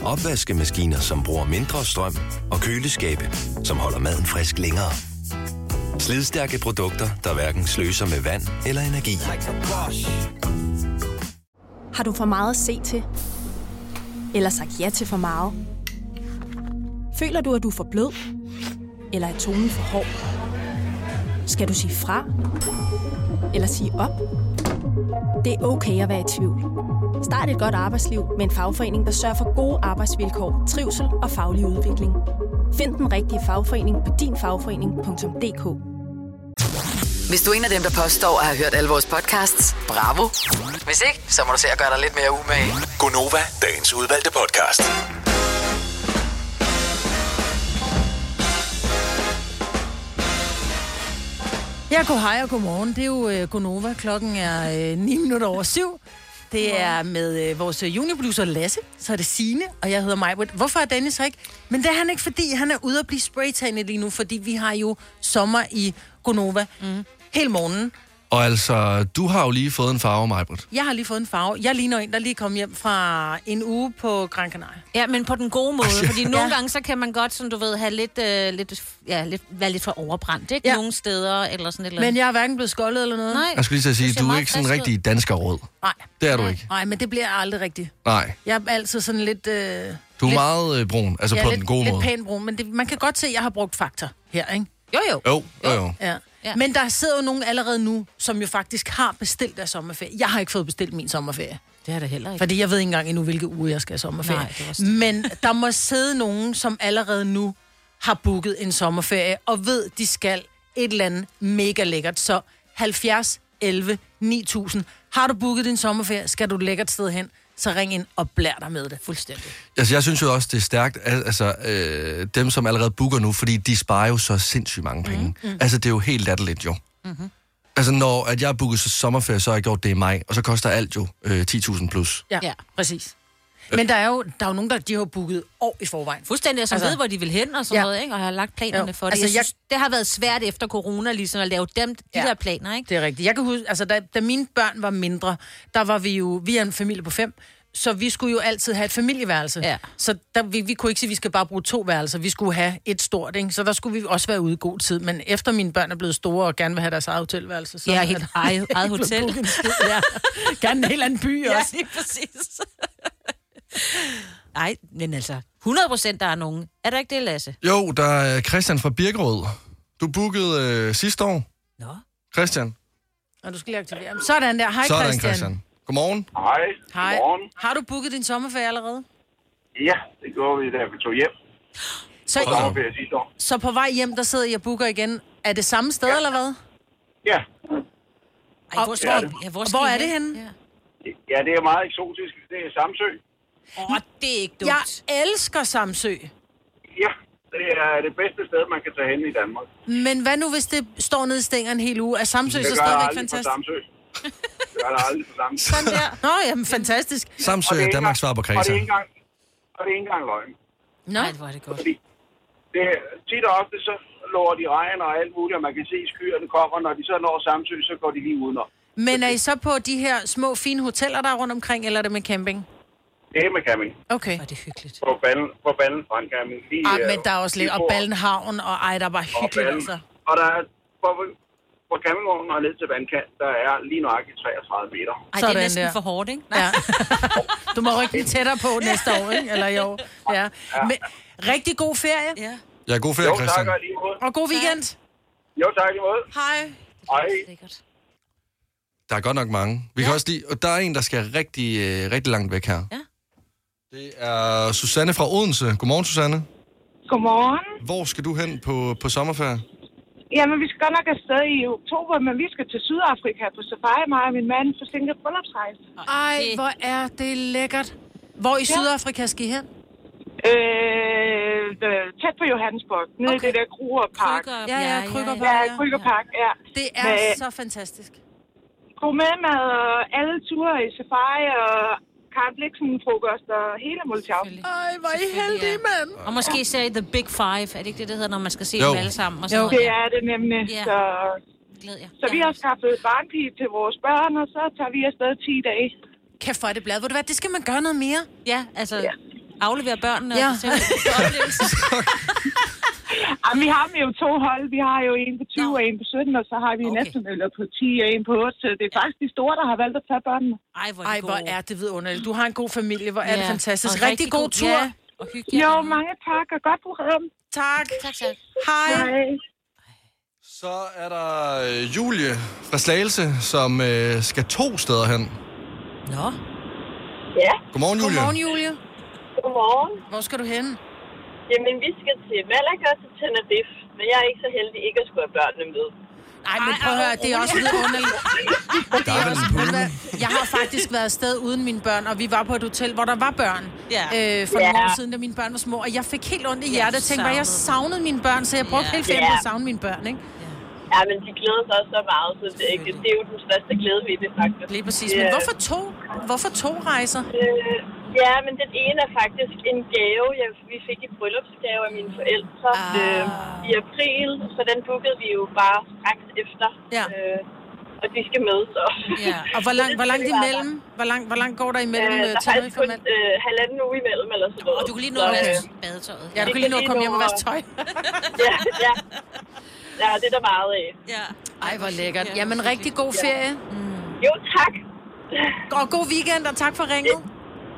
Opvaskemaskiner, som bruger mindre strøm. Og køleskabe, som holder maden frisk længere. Slidstærke produkter, der hverken sløser med vand eller energi.
Har du for meget at se til? Eller sagt ja til for meget? Føler du, at du er for blød? Eller er tonen for hård? Skal du sige fra? Eller sige op? Det er okay at være i tvivl. Start et godt arbejdsliv med en fagforening, der sørger for gode arbejdsvilkår, trivsel og faglig udvikling. Find den rigtige fagforening på dinfagforening.dk
Hvis du er en af dem, der påstår at have hørt alle vores podcasts, bravo. Hvis ikke, så må du se at gøre dig lidt mere umage.
Gonova, dagens udvalgte podcast.
Ja, godhej og godmorgen. Det er jo øh, Gonova. Klokken er øh, 9 minutter over syv. Det er med øh, vores øh, juniorproducer Lasse, så er det Sine og jeg hedder Majbrit. Hvorfor er Dennis her ikke? Men det er han ikke, fordi han er ude at blive spraytanet lige nu, fordi vi har jo sommer i Gonova mm. hele morgenen.
Og altså, du har jo lige fået en farve, Majbert.
Jeg har lige fået en farve. Jeg ligner en, der lige kom hjem fra en uge på Gran Canaria.
Ja, men på den gode måde, fordi nogle gange, så kan man godt, som du ved, have lidt, øh, lidt, ja, lidt, være lidt for overbrændt, ikke? Ja. Nogle steder, eller sådan et eller andet.
Men jeg har hverken blevet skoldet eller noget.
Nej.
Jeg skulle lige til at sige,
Du ser
du er
meget
ikke sådan
frisk ud.
rigtig danskerråd.
Nej.
Det er du ikke.
Nej, men det bliver aldrig rigtigt.
Nej.
Jeg er altid sådan lidt... Øh,
Du er
lidt,
meget øh, brun, altså
ja,
på
lidt,
den gode
lidt
måde.
pæn brun, men det, man kan godt se, at jeg har brugt faktor her, ikke?
Jo, jo.
Jo, jo, jo.
Ja. ja. Men der sidder jo nogen allerede nu, som jo faktisk har bestilt deres sommerferie. Jeg har ikke fået bestilt min sommerferie.
Det har det heller ikke.
Fordi jeg ved ikke engang endnu, hvilke uger jeg skal have sommerferie.
Nej, det er også
Nej, Men der må sidde nogen, som allerede nu har booket en sommerferie, og ved, de skal et eller andet mega lækkert. Så 70, 11, 9000. Har du booket din sommerferie, skal du et lækkert sted hen, så ring ind og blær dig med det. Fuldstændig.
Altså, jeg synes jo også, det er stærkt, al- altså, øh, dem som allerede booker nu, fordi de sparer jo så sindssygt mange penge. Mm,
Mm,
mm.
mm.
Altså, det er jo helt latterligt, jo.
Mm-hmm.
Altså, når at jeg har booket så sommerferie, så har jeg gjort det i maj, og så koster alt jo øh, 10.000 plus.
Ja, ja. præcis. Men der er, jo, der er jo nogen, der de har jo booket år i forvejen.
Fuldstændig, som altså, ved, hvor de vil hen og sådan ja. noget, ikke? Og har lagt planerne
Jo.
jo. for det.
Altså,
Altså, jeg
jeg-
synes, det har været svært efter corona, ligesom at lave dem, de ja. der planer, ikke?
Det er rigtigt. Jeg kan huske, altså da, da mine børn var mindre, der var vi jo, vi er en familie på fem, så vi skulle jo altid have et familieværelse. Ja. Så der, vi, vi kunne ikke sige, at vi skal bare bruge to værelser. Vi skulle have et stort, ikke? Så der skulle vi også være ude i god tid. Men efter mine børn er blevet store og gerne vil have deres eget hotelværelse, så...
Ja,
er
helt
der
eget-
ikke
eget
blevet
hotel.
booket en skid. ja. Gerne en helt anden by
Ja,
også.
lige præcis. Nej, men altså, 100 procent, der er nogen. Er der ikke det, Lasse?
Jo, der er Christian fra Birkerød. Du bookede øh, sidste år.
Nå.
Christian.
Og du skal lige aktivere ham. Sådan der. Hej,
Sådan,
Christian.
Christian. Godmorgen.
Hej.
Hej.
Godmorgen.
Har du booket din sommerferie allerede?
Ja, det gjorde vi, da vi tog hjem.
Så,
På sommerferie sidste år.
så på vej hjem, der sidder jeg og booker igen. Er det samme sted, ja. eller hvad?
Ja.
Ej,
hvor skal Ja, I- det- ja,
hvor,
hvor
hvor
skal I
er det
hen?
henne?
Ja, det er meget eksotisk. Det er Samsø.
Åh, oh, det er ikke
dumt. Jeg elsker Samsø.
Ja, det er det bedste sted, man kan tage hen i Danmark.
Men hvad nu, hvis det står nede i stænger en hel uge? Er Samsø
det
så
gør jeg
stadigvæk
aldrig på
fantastisk?
Samsø. Det gør jeg aldrig på Samsø.
Sådan der. Nå, jamen fantastisk.
Samsø
Og det
er
ikke
Danmarks
engang-
svar på
Og det
Kreta.
er ikke engang, og det er ikke engang løgn.
Nå. Ej, hvor
er det godt.
Det, tit og ofte, så lover de regn og alt muligt, og man kan se, at skyerne kommer. Når de så når Samsø, så går de lige udenom.
Men er I så på de her små, fine hoteller, der er rundt omkring, eller er det med camping?
Det er med camping.
Okay.
Var det hyggeligt. På ballen, på ballen fra en camping. Lige,
Ah,
øh,
men der er også lidt,
lige
og
bord.
Ballenhavn, og ej, der var hyggeligt,
Ballen.
altså.
Og der er, hvor, hvor campingvognen og ned til vandkant, der er lige nøjagtigt 33 meter.
Ej, det er næsten for hårdt, ikke? Nej. Ja.
Du må rykke den tættere på næste år, ikke? Eller i år. Ja. Men, rigtig god ferie. Ja.
Ja, god ferie, Christian.
Og god weekend.
Jo, tak i måde.
Hej.
Hej.
Der er godt nok mange. Vi ja. kan også lige, og der er en, der skal rigtig, øh, rigtig langt væk her. Ja. Det er Susanne fra Odense. Godmorgen, Susanne.
Godmorgen.
Hvor skal du hen på, på sommerferie?
Jamen, vi skal godt nok afsted i oktober, men vi skal til Sydafrika på safari, mig og min mand, for sænket bryllupsrejse.
Ej, hvor er det lækkert. Hvor i Sydafrika skal I hen?
Øh, øh, tæt på Johannesburg, nede okay. i det der Krugerpark.
Kruger, ja, ja,
Ja,
Krugerpark, ja.
Krugerpark, ja.
Det er
Med
så fantastisk.
god madmad og alle ture i safari og Karen Bliksen-frokost og hele Moltjavn.
Ej, hvor er I heldige, mand.
Og måske se The Big Five. Er det ikke det, det hedder, når man skal se
Jo.
dem alle sammen? Og
Jo.
sådan noget?
Det er det nemlig.
Ja.
Så,
Glæd jer.
så vi har skaffet barnpige til vores børn, og så tager vi afsted 10 dage.
Kæft, hvor er det blad. Ved du hvad, det skal man gøre noget mere.
Ja, altså ja. aflevere børnene.
Ja.
Ja. Og så
Jamen, vi har dem jo to hold. Vi har jo en på 20 og en på 17, og så har vi okay. en eftermælder på 10 og en på 8. Så det er faktisk de store, der har valgt at tage børnene.
Ej, hvor
er det, Ej, hvor er det vidunderligt. Du har en god familie. Hvor er det
Ja,
fantastisk.
og
Rigtig, rigtig god tur. Ja.
Og
Jo, mange tak, og godt program.
Tak.
Tak selv.
Hej.
Hej.
Så er der øh, Julie fra Slagelse, som øh, skal to steder hen.
Nå.
Ja.
Godmorgen, Julie.
Godmorgen, Julie.
Godmorgen.
Hvor skal du hen?
Jamen, vi skal til Malaga og til Tenerife, men jeg er ikke så heldig ikke at skulle have børnene med.
Nej, men prøv at høre, det er også vidunderligt.
Der er vel en pool.
Jeg har faktisk været afsted uden mine børn, og vi var på et hotel, hvor der var børn.
Ja.
Øh, for
Ja.
nogle år siden, da mine børn var små, og jeg fik helt ondt i hjertet. Jeg tænkte, at jeg savnede mine børn, så jeg brugte
Ja.
hele ferien på
Ja.
at savne mine børn, ikke?
Ja, men de glæder sig også så meget, så det, ikke, det er jo den største glæde ved det, faktisk.
Lige præcis. Men hvorfor to? Hvorfor to rejser?
Øh, ja, men den ene er faktisk en gave, jeg, vi fik i bryllupsgave af mine forældre ah. øh, i april, så den bookede vi jo bare straks efter.
Ja.
Øh, og de skal med, så.
Ja. Og hvor langt, hvor langt imellem? Hvor langt, hvor langt går der imellem
Øh,
øh,
der er faktisk
Tenerife og
kun øh, halvanden uge imellem, eller sådan noget. øh, Og du kan
lige nå at vaske badetøjet.
Ja, du kan lige nå at komme hjem og vaske tøj.
ja, ja. Ja, det er der meget af.
Ja.
Ej, hvor lækkert. Jamen, rigtig god
Ja.
ferie. Mm.
Jo, tak.
Og god weekend, og tak for ringet.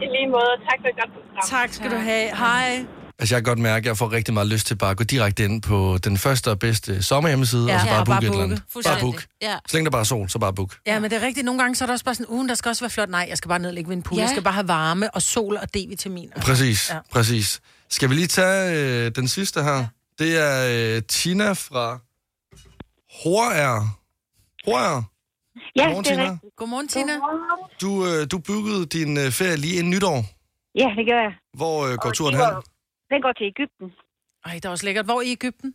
I lige måde, tak for et godt program.
Tak skal du have. Hej.
Altså, jeg kan godt mærke, at jeg får rigtig meget lyst til bare at gå direkte ind på den første og bedste sommerhjemmeside,
Ja.
ja. og så
Ja,
bare
og
booke
bare
et eller
booke.
andet. Bare
Fuldstændig.
book.
Ja.
Så længe der bare er sol, så bare book.
Ja, men det er rigtigt. Nogle gange så er der også bare sådan, ugen, der skal også være flot. Nej, jeg skal bare ned og ligge ved en pool.
Ja.
Ja. Jeg skal bare have varme og sol og D-vitaminer.
Præcis,
Ja.
ja. præcis. Skal vi lige tage øh, den sidste her? Ja. Det er øh, Tina fra Horager. Horager?
Ja,
Godmorgen,
det er
Tina.
rigtigt.
Godmorgen, Tina.
Du, øh, du byggede din øh, ferie lige inden nytår.
Ja, det gør jeg.
Hvor øh, går
Og
turen
det
hen?
går- Den går til Ægypten.
Ej, det er også lækkert. Hvor i Ægypten?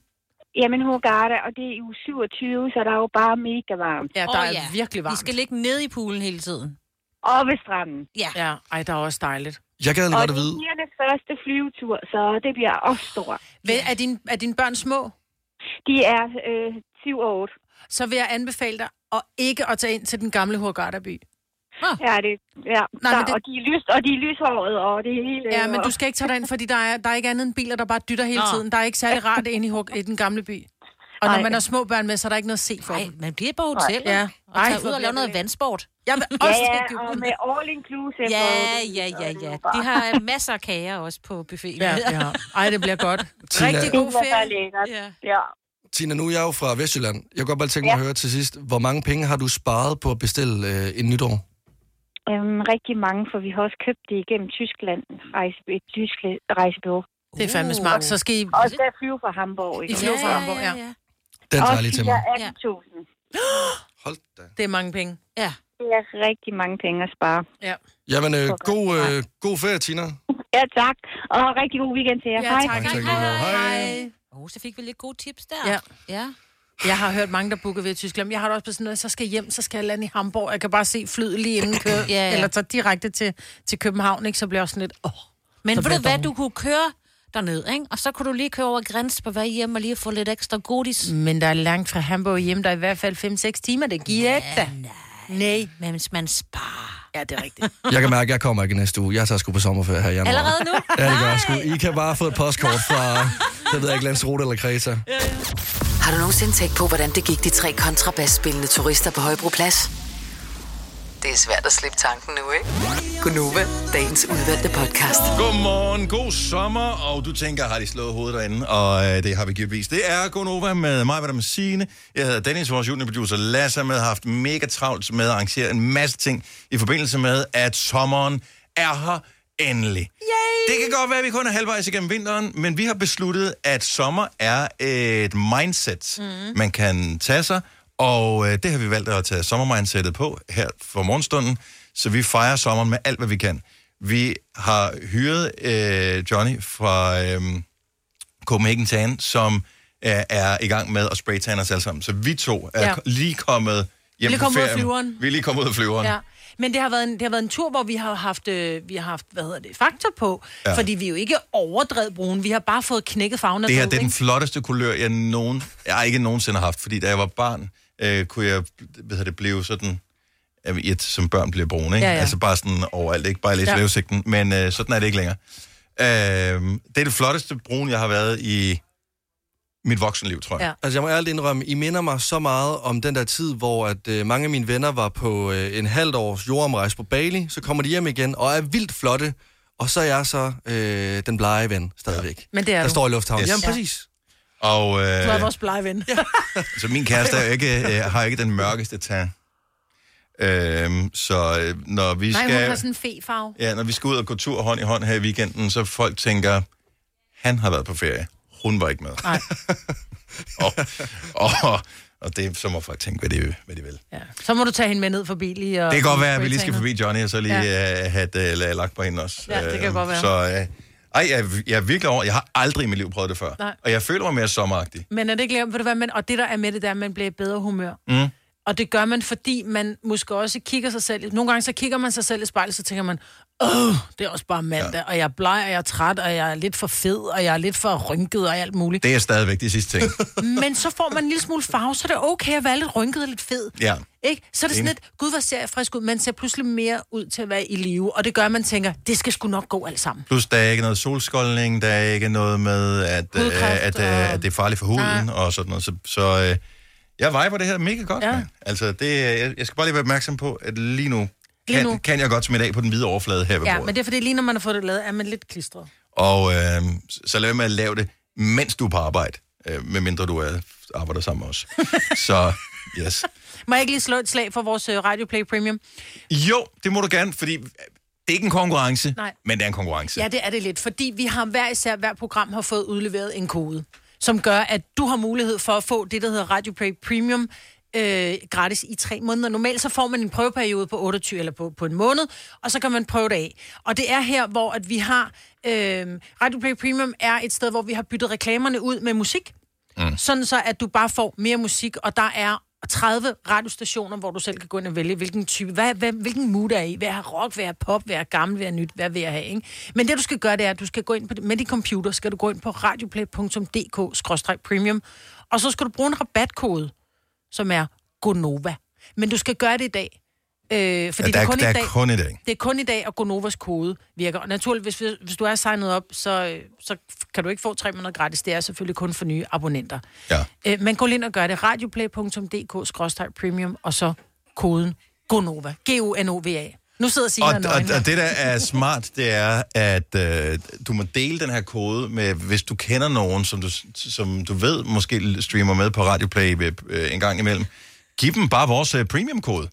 Jamen, Hurghada, og det er jo 27, så der er jo bare mega varmt.
Ja, der Åh, er ja. virkelig varmt.
Vi skal ligge nede i poolen hele tiden.
Og ved stranden.
Ja.
ja. Ej, der er også dejligt.
Jeg gad egentlig
Og
godt at
det
vide.
er pigernes første flyvetur, så det bliver også stort.
Vel, er, din, er dine børn små?
De er øh, 7 og 8.
Så vil jeg anbefale dig at ikke at tage ind til den gamle Hurghada-by.
Ja, det, ja.
Nej,
Nej, der,
men det-
det... Og de er lys, og de er lyshåret, øh, og det er hele...
Ja, men du skal ikke tage dig ind, fordi der er, der er ikke andet end biler, der bare dytter hele
Nå.
tiden. Der er ikke særlig rart inde i, Hur- i den gamle by. Og når
Ej.
man har små børn med, så er der ikke noget at se for dem.
man bliver på hotellet
Ja.
og tager ud og laver noget vandsport.
Jeg vil
Ja,
også til
ja,
Egypten.
og med all inclusive.
Ja,
og-
ja, ja, ja. De har øh, masser af kager også på buffeten.
Ja, ja. Ej, det bliver godt.
Tina.
Rigtig god
Det bliver
ferie.
så lækkert.
Ja.
ja.
Tina, nu er jeg jo fra Vestjylland. Jeg kunne godt bare tænke mig at høre til sidst, hvor mange penge har du sparet på at bestille øh, en nytår?
Øhm, rigtig mange, for vi har også købt det igennem Tyskland, rejse, et tysk rejsebureau.
Det er fandme smart. Så skal I...
Uh. Og så flyve fra Hamburg.
I flyver fra Hamburg, ja.
Den tager lige til mig.
Og 18.000.
Det er mange penge.
Ja.
Det er rigtig mange penge at spare.
Ja.
Jamen, øh, god, øh, god ferie, Tina.
Ja, tak. Og rigtig god weekend til jer.
Ja,
Hej.
tak.
Mange tak,
Hej,
lige måde.
hej,
Hej.
hej.
Oh, så fik vi lidt gode tips der.
Ja.
ja.
Jeg har hørt mange, der booker ved Tyskland. men Jeg har da også på sådan noget, så skal jeg hjem, så skal jeg lande i Hamburg. Jeg kan bare se flyet lige inden kø, ja,
ja.
eller tager direkte til, til København, ikke? så bliver jeg også sådan lidt... Åh,
Men
så
ved
bliver
du hvad,
jeg
du kunne køre derned, ikke? Og så kunne du lige køre over grænsen på vej hjem og lige få lidt ekstra godis.
Men der er langt fra Hamburg hjem, der er i hvert fald 5-6 timer, det giver ikke da. Nej, men hvis man sparer. Ja, det er rigtigt.
Jeg kan mærke, at jeg kommer ikke næste uge. Jeg tager sgu på sommerferie her i januar.
Allerede nu?
Ja, det gør jeg sgu. I kan bare få et postkort fra, det ved jeg ikke, Landsrute eller Kreta.
Har du nogensinde tænkt på, hvordan det gik de tre kontrabasspillende turister på Højbroplads? Det er svært at slippe tanken nu, ikke? Gunova, dagens udvalgte podcast.
Godmorgen, god sommer, og du tænker, har de slået hovedet derinde? Og øh, det har vi givetvis. Det er Gonova med mig, med Signe. Jeg hedder Dennis, vores juniorproducer Lasse er med, har haft mega travlt med at arrangere en masse ting i forbindelse med, at sommeren er her endelig. Yay! Det kan godt være, at vi kun er halvvejs igennem vinteren, men vi har besluttet, at sommer er et mindset, mm. man
Mm-hmm.
kan tage sig, og øh, det har vi valgt at tage sommermindsetet på her for morgenstunden, så vi fejrer sommeren med alt, hvad vi kan. Vi har hyret øh, Johnny fra øh, Copenhagen Tan, som øh, er i gang med at spraytanne os alle sammen. Så vi to er
Ja.
ja. lige kommet hjem
Vi er lige
fra
kommet ud af
ferien.
flyveren.
Vi er lige kommet ud af flyveren.
Ja. Men det har, været en, det har været en tur, hvor vi har haft, øh, vi har haft hvad hedder det, faktor på. Ja.
Ja.
Fordi vi er jo ikke overdrevet brune. Vi har bare fået knækket farven af
Det her
blå,
det er den
ikke?
flotteste kulør, jeg, nogen, jeg ikke nogensinde har haft. Fordi da jeg var barn, øh, kunne jeg hvad hedder det, blive sådan... øh, i et- Som børn bliver brune, ikke?
Ja,
Ja,
ja.
ja. Altså bare sådan overalt, ikke? Bare lidt
Ja.
ja. vævesigten. Men øh, sådan er det ikke længere. Øh, det er det flotteste brun, jeg har været i mit voksenliv, tror jeg.
Ja. Altså, jeg må ærligt indrømme, I minder mig så meget om den der tid, hvor at, øh, mange af mine venner var på øh, en halvt års jordomrejse på Bali, så kommer de hjem igen og er vildt flotte, og så er jeg så øh, den blege ven stadigvæk. Ja.
Men det er
der
du.
står i lufthavnen.
Yes.
Yes. Jamen,
Ja.
præcis.
Og,
Du er
øh,
vores blege ven. Ja.
så altså, min kæreste er jo ikke, øh, har ikke den mørkeste tag. Øh, så øh, når vi
Nej,
skal...
hun har sådan en fefarve.
Ja, når vi skal ud og gå tur hånd i hånd her i weekenden, så folk tænker, han har været på ferie. Hun var ikke med.
Nej.
og, og, og det, så må folk tænke, hvad de, hvad de vil. Ja.
Så må du tage hende med ned forbi lige. Og
Det kan godt være, at vi lige skal
spraytanne.
forbi Johnny, og så lige ja. have et uh, lagt på hende også.
Ja, det kan
Øh,
godt være.
Så, uh, ej, jeg, er- jeg er virkelig over. Jeg har aldrig i mit liv prøvet det før.
Nej.
Og jeg føler mig mere sommeragtig.
Men er det ikke lækkert, ved du hvad, men, og det der er med det, der er, at man bliver i bedre humør.
Mm.
Og det gør man, fordi man måske også kigger sig selv. Nogle gange så kigger man sig selv i spejlet, så tænker man, åh, det er også bare mandag, ja. og jeg er bleg, og jeg er træt, og jeg er lidt for fed, og jeg er lidt for rynket og alt muligt.
Det er stadigvæk de sidste ting.
Men så får man en lille smule farve, så er det okay at være lidt rynket og lidt fed.
ja.
Ikke? Så er det sådan
Enig.
lidt, gud, hvor ser jeg frisk ud. Man ser pludselig mere ud til at være i live, og det gør, at man tænker, det skal sgu nok gå alt sammen.
Plus, der er ikke noget solskoldning, der er ikke noget med, at, øh,
Hudkræft
at,
og-
øh, at det er farligt for huden
Nej.
og sådan noget. Så, så øh, jeg viber det her mega godt,
Ja.
ja. Altså, det, øh, jeg, jeg skal bare lige være opmærksom på, at lige nu,
Lige
kan,
nu.
kan jeg godt smitte af på den hvide overflade her ved
Ja,
bordet.
men det er fordi, lige når man har fået det lavet, er man lidt klistret.
Og øh, så- så lad være med at lave det, mens du er på arbejde, øh, medmindre du er, arbejder sammen med os. så, yes.
Må jeg ikke lige slå et slag for vores øh, Radio Play Premium?
Jo, det må du gerne, fordi øh, det er ikke en konkurrence,
Nej.
men det er en konkurrence.
Ja, det er det lidt, fordi vi har hver især, hver program har fået udleveret en kode, som gør, at du har mulighed for at få det, der hedder Radio Play Premium, øh, gratis i tre måneder. Normalt så får man en prøveperiode på 28 eller på, på en måned, og så kan man prøve det af. Og det er her, hvor at vi har... Øh, Radio Play Premium er et sted, hvor vi har byttet reklamerne ud med musik. Mm. Sådan så, at du bare får mere musik, og der er 30 radiostationer, hvor du selv kan gå ind og vælge, hvilken type, hvad, hvad, hvilken mood er i. Hvad er rock, hvad er pop, hvad er gammel, hvad er nyt, hvad vil jeg have, ikke? Men det, du skal gøre, det er, at du skal gå ind på, med din computer, skal du gå ind på radioplay.dk-premium, og så skal du bruge en rabatkode, som er Gonova. Men du skal gøre det i dag. Øh, fordi
Ja, der
det
er-
er kun
der
i
er
dag.
kun i dag.
Det er kun i dag, og Gonovas kode virker. Og naturligvis, hvis, hvis du er signet op, så, øh, så kan du ikke få tre måneder gratis. Det er selvfølgelig kun for nye abonnenter.
Ja.
Øh, man går lige ind og gør det. radioplay.dk-premium, og så koden Gonova. G-O-N-O-V-A. Nu sidder Signe
Og,
og,
og,
nøgen her.
og det, der er smart, det er, at øh, du må dele den her kode med, hvis du kender nogen, som du, som du ved måske streamer med på Radioplay øh, en gang imellem. Giv dem bare vores øh, premium-kode.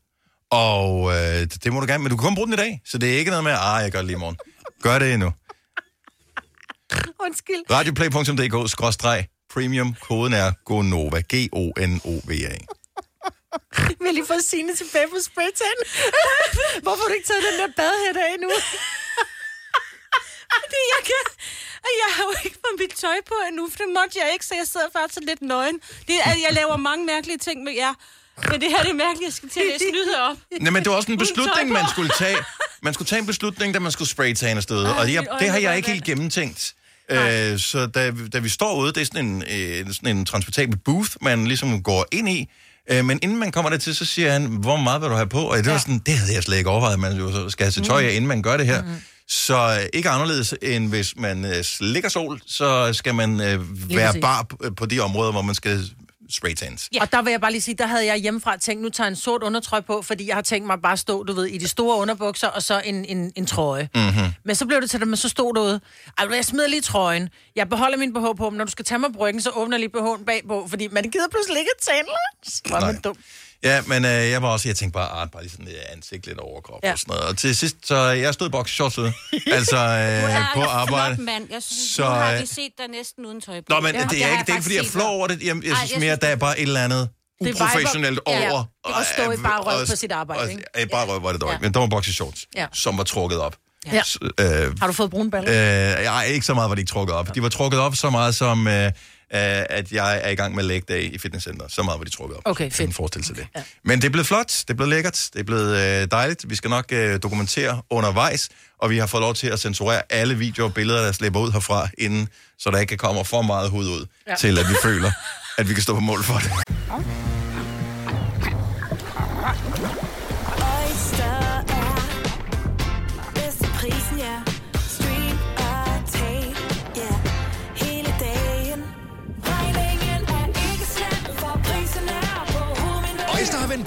Og øh, det det må du gerne, men du kan kun bruge den i dag, så det er ikke noget med, ah, jeg gør det lige i morgen. Gør det endnu.
Undskyld.
Radioplay.dk-premium. Koden er GONOVA. G-O-N-O-V-A.
Vi har lige fået Signe tilbage på spraytan. Hvorfor har du ikke taget den der badhætte af nu?
Fordi jeg kan... og Jeg har jo ikke fået mit tøj på endnu, for det måtte jeg ikke, så jeg sidder faktisk lidt nøgen. Det er, jeg laver mange mærkelige ting med jer. Men det her det er mærkeligt, jeg skal til at læse nyheder op.
Nej, men det var også en
Uden tøj
beslutning,
på.
man skulle tage. Man skulle tage en beslutning, da man skulle spraytane afsted.
Ej,
Og jeg,
mit øje
det har
var
jeg
i
ikke helt gennemtænkt. Øh, så da, da vi står ude, det er sådan en, øh, sådan en transportabel booth, man ligesom går ind i. Øh, men inden man kommer dertil, så siger han, hvor meget vil du have på? Og det ja. var sådan, det havde jeg slet ikke overvejet, at man jo så skal have til tøj af, inden man gør det her. Mm. Så øh, ikke anderledes end hvis man øh, slikker sol, så skal man øh,
Lige
være
præcis.
bar p- på de områder, hvor man skal spray tans.
Ja. Og der vil jeg bare lige sige, der havde jeg hjemmefra tænkt, nu tager jeg en sort undertrøj på, fordi jeg har tænkt mig bare at stå, du ved, i de store underbukser, og så en, en, en trøje.
Mm-hmm.
Men så blev det til det, men så stod derude. Ej, ved du hvad, jeg smider lige trøjen. Jeg beholder min BH på, men når du skal tage mig på ryggen, så åbner jeg lige BH'en bagpå, fordi man gider pludselig ikke at tænde. Hvor er man
Nej.
dum.
Ja, men øh, jeg var også, jeg tænkte bare, ah, bare lige sådan lidt ansigt, lidt overkrop ja.
Ja.
og sådan noget. Og til sidst, så øh, jeg stod i boxershorts ude, altså øh, på arbejde.
Flot, mand. Jeg synes,
Så,
så... nu har
øh,
de set dig næsten uden tøj på.
Nå, men ja, det er ikke, det er ikke fordi jeg er flov over det. Jeg, jeg
Ej,
synes
jeg
mere,
synes-
der er bare et eller andet
Det er vibe-
uprofessionelt
Ja,
over.
ja. Det er at stå i bare røv på sit arbejde,
Og,
ikke?
ja, bare røv var det dog, ja.
Ja.
men der var boxershorts, ja.
Ja.
som var trukket op.
Ja.
Så, øh,
Har du fået brune baller?
Øh, nej, ikke så meget var de ikke trukket op. De var trukket op så meget som, øh, øh, at jeg er i gang med leg day i fitnesscenter. Så meget var de trukket op.
Okay,
Jeg
fedt.
kan forestille sig det. Men det blev flot, det blev lækkert, det blev øh, dejligt. Vi skal nok øh, dokumentere undervejs, og vi har fået lov til at censurere alle videoer og billeder, der slipper ud herfra, inden, så der ikke kommer for meget hud ud, ja.
Ja.
til at vi føler, at vi kan stå på mål for det.
Oyster er bedst til prisen, ja. Stream og tag, ja. Hele dagen. Regningen er ikke slem, for prisen er på hovedet.
Øjster har vendt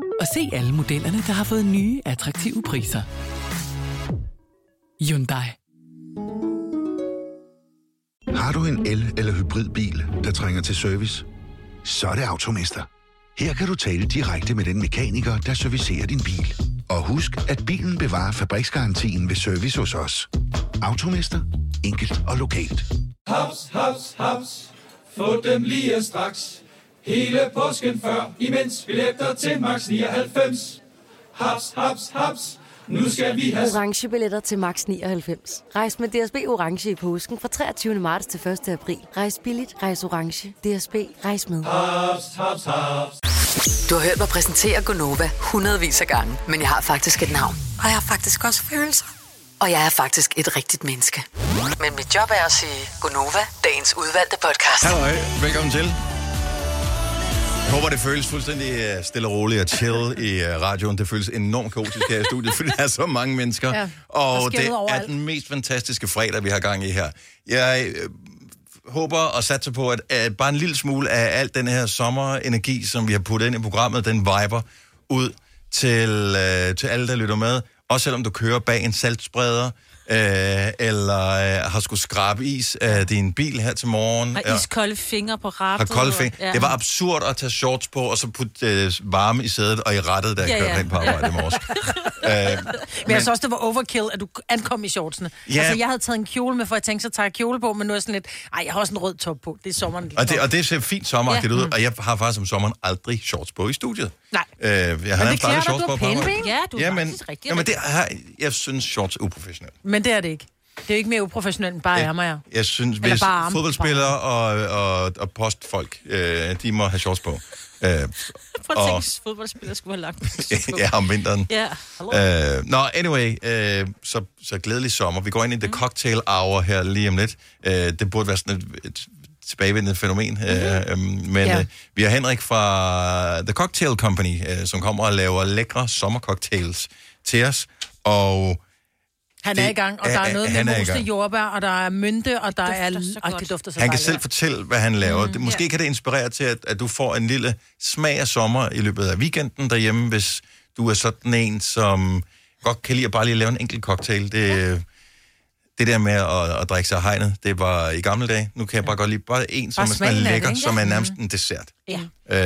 og se alle modellerne, der har fået nye, attraktive priser. Hyundai.
Har du en el- eller hybridbil, der trænger til service? Så er det Automester. Her kan du tale direkte med den mekaniker, der servicerer din bil. Og husk, at bilen bevarer fabriksgarantien ved service hos os. Automester. Enkelt og lokalt.
Haps, haps, haps. Få dem lige straks. Hele påsken før, imens vi læfter til max 99. Haps, haps, haps. Nu skal vi have...
orange billetter til max 99. Rejs med DSB orange i påsken fra 23. marts til 1. april. Rejs billigt, rejs orange. DSB rejs med.
Ah, Haps, haps, haps.
Du har hørt mig præsentere Gonova hundredvis af gange, men jeg har faktisk et navn. Og jeg har faktisk også følelser. Og jeg er faktisk et rigtigt menneske. Men mit job er at sige Gonova, dagens udvalgte podcast.
Halløj, velkommen til. Jeg håber, det føles fuldstændig øh, stille og roligt og chill i øh, radioen. Det føles enormt kaotisk her i studiet, fordi der er så mange mennesker.
Ja,
Ja,
der
og
sker
det
noget
er
overalt.
den mest fantastiske fredag, vi har gang i her. Jeg øh, håber og satser på, at, at bare en lille smule af alt den her sommerenergi, som vi har puttet ind i programmet, den viber ud til, øh, til alle, der lytter med. Også selvom du kører bag en saltspreder, øh, eller øh, har skulle skrabe is af din bil her til morgen.
Har
Ja.
iskolde fingre på
Har
rattet.
kolde fingre. Ja. Det var absurd at tage shorts på, og så putte øh, varme i sædet og i rettet, da jeg ja,
Ja,
kørte
ja.
ind på arbejde i morges. øh,
Men jeg så også, det var overkill, at du ankom i shortsene.
Ja.
Ja. Altså, jeg havde taget en kjole med, for jeg tænkte, så tager jeg kjole på, men nu er jeg sådan lidt, ej, jeg har også en rød top på. Det er sommeren. lige
og, det,
kommer."
og det ser fint sommeragtigt
Ja.
ud,
Mm.
og jeg har faktisk om sommeren aldrig shorts på i studiet.
Nej.
Øh, jeg har nærmest aldrig shorts på på arbejde.
Ja, du er
Jamen,
faktisk rigtig
jamen det er, jeg synes, shorts er uprofessionelt.
Men det er det ikke. Det er jo ikke mere uprofessionelt end bare
Ja.
ærmer, jeg.
Jeg synes,
Eller
hvis
bare arme.
fodboldspillere og, og, og postfolk, øh, de må have shorts på. Øh,
Prøv at tænke, hvis fodboldspillere skulle have lagt
ja, om vinteren.
Ja, hallo.
Øh, Nå, anyway, øh, så, så glædelig sommer. Vi går ind i the cocktail hour her lige om lidt. Øh, det burde være sådan et, et tilbagevendende fænomen. Mm-hmm. Øh, øh, men
Ja.
ja. øh, vi har Henrik fra The Cocktail Company, øh, som kommer og laver lækre sommercocktails til os. Og
Han
Det
er i gang, og
er-
der er noget
han er
med
i
moste
gang.
jordbær, og der er mynte, og der er... Ej, det dufter så
han kan
dejligt.
selv fortælle, hvad han laver. Mm,
Mm,
Måske
ja.
kan det inspirere til, at, at du får en lille smag af sommer i løbet af weekenden derhjemme, hvis du er sådan en, som godt kan lide at bare lige lave en enkelt cocktail. Det, ja. det der med at, at drikke sig af hegnet, det var i gamle dage. Nu kan jeg bare godt lide bare en, som
Bare
er, sådan
smagen af det,
lækker,
ikke?
som er
Ja.
nærmest en dessert.
Ja.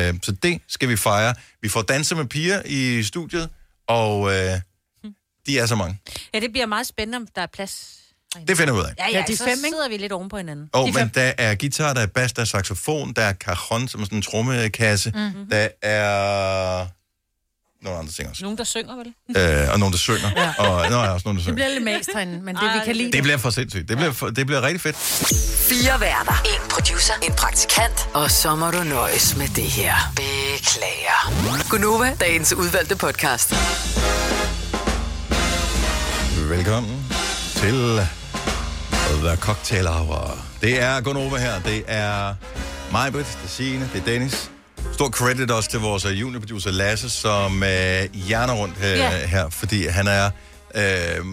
Øh, så det skal vi fejre. Vi får danser med piger i studiet, og øh, de er så mange.
Hm.
Ja, det bliver meget spændende, om der er plads.
Det finder vi ud af.
Ja, ja, de så fem, sidder vi lidt oven på hinanden.
Og
de
men
fem.
der er guitar, der er bas, der er saxofon, der er cajon, som er sådan en trommekasse.
Mhm.
Mm-hmm. Der er nogle andre ting også.
Nogen, der synger, vel?
Øh, og nogen, der synger.
Mhm. Ja.
Ja. Og nå, der er også nogen, der
Det
synger.
bliver lidt mast herinde, men det vi kan lide.
Det bliver for sindssygt. Det bliver, for, det bliver rigtig fedt.
Fire værter. En producer. En praktikant. Og så må du nøjes med det her. Beklager. Gunova, dagens udvalgte podcast.
Velkommen til The Cocktail Hour. Det er Gunova her. Det er Majbrit, det er Signe, det er Dennis. Stor credit også til vores øh, juniorproducer Lasse, som øh, hjerner rundt øh,
Ja.
yeah. her, fordi han er øh,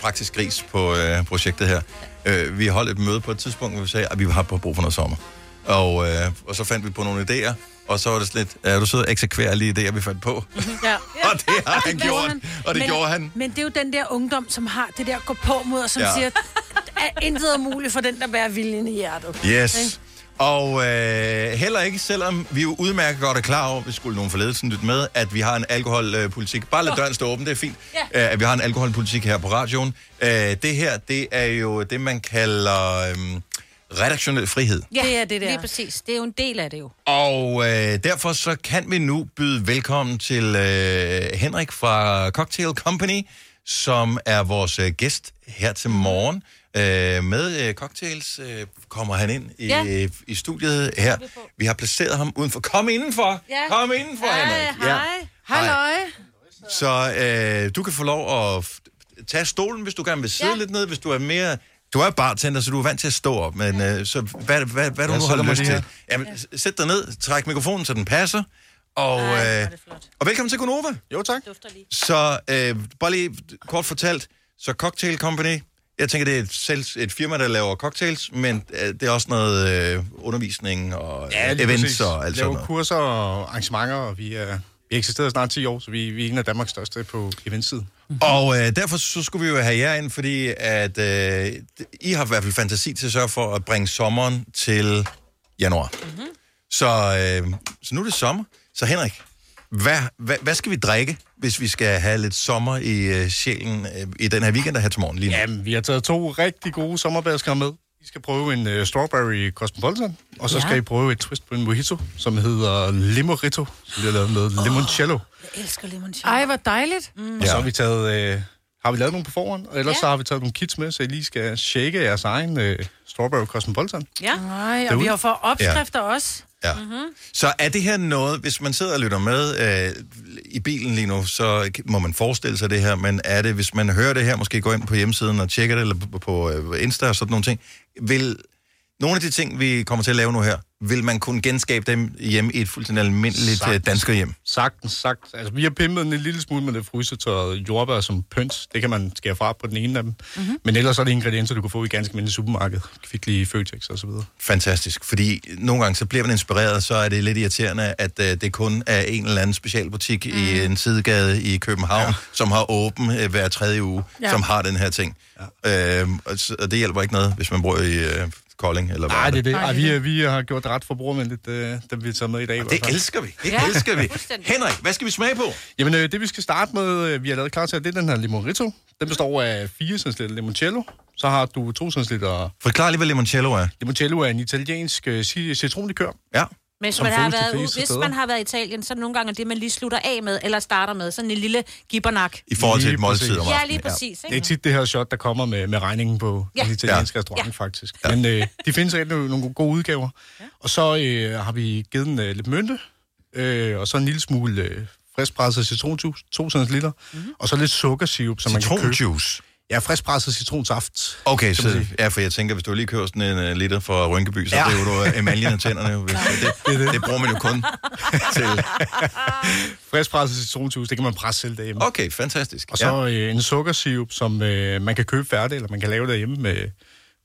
praktisk gris på øh, projektet her. Øh, vi holdt et møde på et tidspunkt, hvor vi sagde, at vi har brug for noget sommer. Og, øh, og så fandt vi på nogle idéer, og så var det sådan lidt, er du så eksekverer lige idéer, vi fandt på?
Ja.
Og det har han
Det
gjort,
gjorde
og det
men,
gjorde han.
Men det er jo den der ungdom, som har det der gå på mod, og som
Ja.
ja. siger, at intet er muligt for den, der bærer viljen i hjertet. Ikke?
Yes. Og øh, heller ikke, selvom vi jo udmærket godt er klar over, hvis skulle nogen fra ledelsen lytte med, at vi har en alkoholpolitik. Bare lad døren stå åben, det er fint.
Ja.
Øh, at vi har en alkoholpolitik her på radioen. Øh, det her, det er jo det, man kalder øh, redaktionel frihed.
Ja, det er det der. Lige præcis. Det er jo en del af det jo.
Og øh, derfor så kan vi nu byde velkommen til øh, Henrik fra Cocktail Company, som er vores øh, gæst her til morgen. Øh, med øh, cocktails øh, kommer han ind i,
Ja.
ja. i studiet her. Vi har placeret ham udenfor. Kom indenfor!
Ja.
Kom indenfor,
Hej,
Henrik!
hej.
Halløj.
Så øh, du kan få lov at f- tage stolen, hvis du gerne vil sidde ja. lidt ned, hvis du er mere... Du er bartender, så du er vant til at stå op, men øh, så hvad, hvad, hvad du
Jeg
nu
sætter
har
mig
lyst
lige
til.
her.
Jamen, s- sæt dig ned, træk mikrofonen, så den passer, og, øh, og velkommen til Gunova. Jo, tak. Så øh, bare lige kort fortalt, så Cocktail Company, jeg tænker, det er et, selv, et firma, der laver cocktails, men øh, det er også noget øh, undervisning og ja,
lige
events
præcis.
og alt sådan
Laver
noget.
kurser og arrangementer, og vi, er, vi eksisterer snart 10 år, så vi, vi er en af Danmarks største på eventsiden.
Og øh, derfor så skulle vi jo have jer ind, fordi at, øh, I har i hvert fald fantasi til at sørge for at bringe sommeren til januar. Mm-hmm. Så, øh, så nu er det sommer. Så Henrik, hvad, hvad, hvad skal vi drikke, hvis vi skal have lidt sommer i øh, sjælen øh, i den her weekend, der her til morgen lige nu?
Jamen, vi har taget to rigtig gode sommerbadskar med. I skal prøve en uh, strawberry cosmopolitan, og så
Ja.
ja. skal I prøve et twist på en mojito, som hedder Limorito, som vi har lavet med limoncello.
Jeg elsker limoncello.
Ej, hvor dejligt. Mm.
Og så har vi taget... Øh, har vi lavet nogle på forhånd, og ellers ja. så har vi taget nogle kits med, så I lige skal shake jeres egen øh, strawberry cosmopolitan.
Ja. Nej, og
Derude.
vi har fået opskrifter ja. også.
Ja.
Mhm.
Mm-hmm.
Så er det her noget, hvis man sidder og lytter med øh, i bilen lige nu, så må man forestille sig det her, men er det, hvis man hører det her, måske går ind på hjemmesiden og tjekker det, eller på, på øh, Insta og sådan nogle ting, vil nogle af de ting, vi kommer til at lave nu her, vil man kunne genskabe dem hjemme i et fuldstændig almindeligt øh,
Sagtens.
dansker hjem?
Sagtens, sagtens. Altså, vi har pimpet den en lille smule med det frysetørrede jordbær som pynt. Det kan man skære fra på den ene af dem. Mm-hmm. Men ellers er det ingredienser, du kan få i ganske mindre supermarked. Kvickly, Føtex og så videre.
Fantastisk, fordi nogle gange så bliver man inspireret, så er det lidt irriterende, at øh, det kun er en eller anden specialbutik mm. i en sidegade i København, ja. som har åben øh, hver tredje uge,
Ja.
ja. som har den her ting. Ja. Øhm, og, s- og det hjælper ikke noget, hvis man bor i øh, Kolding eller
Nej, det er det.
Nej,
Ej, vi, øh, vi har gjort det ret forbrugervenligt, øh, dem vi har taget med i dag. i hvert fald.
elsker vi. Det Ja, elsker vi. fuldstændig. Henrik, hvad skal vi smage på?
Jamen, øh, det vi skal starte med, øh, vi har lavet klar til, det er den her limonito. Den består af 4 cl limoncello. Så har du 2 cl...
Forklar lige, hvad limoncello er.
Limoncello er en italiensk øh, ci- citronlikør.
Ja.
Men Hvis man, har været, ude, hvis man har været i Italien, så er det nogle gange det, man lige slutter af med, eller starter med. Sådan en lille gibbernak.
I forhold
til
lige
et måltid
præcis.
om
Ja, lige aftenen, ja. præcis, ikke?
Det er tit det her shot, der kommer med, med regningen på
Ja.
ja. den italienske ja. restaurant, ja. faktisk. Ja. Men øh, de findes rigtig nogle nogle gode udgaver. Ja. Og så øh, har vi givet den øh, lidt mynte, øh, og så en lille smule øh, friskpresset citronjuice, 2 cl, mm-hmm. og så lidt sukkersirup, som man kan købe.
Citronjuice?
Ja, friskpresset citronsaft.
Okay,
kan man
så,
sige.
ja, for jeg tænker, hvis du lige kører sådan en uh, liter fra Rynkeby, så ja.
Ja.
river du øh, emaljen af tænderne. jo, Hvis, det, det, det bruger man jo kun til...
Friskpresset citronjuice, det kan man presse selv derhjemme.
Okay, fantastisk.
Og så øh, en sukkersirup, som øh, man kan købe færdig, eller man kan lave derhjemme med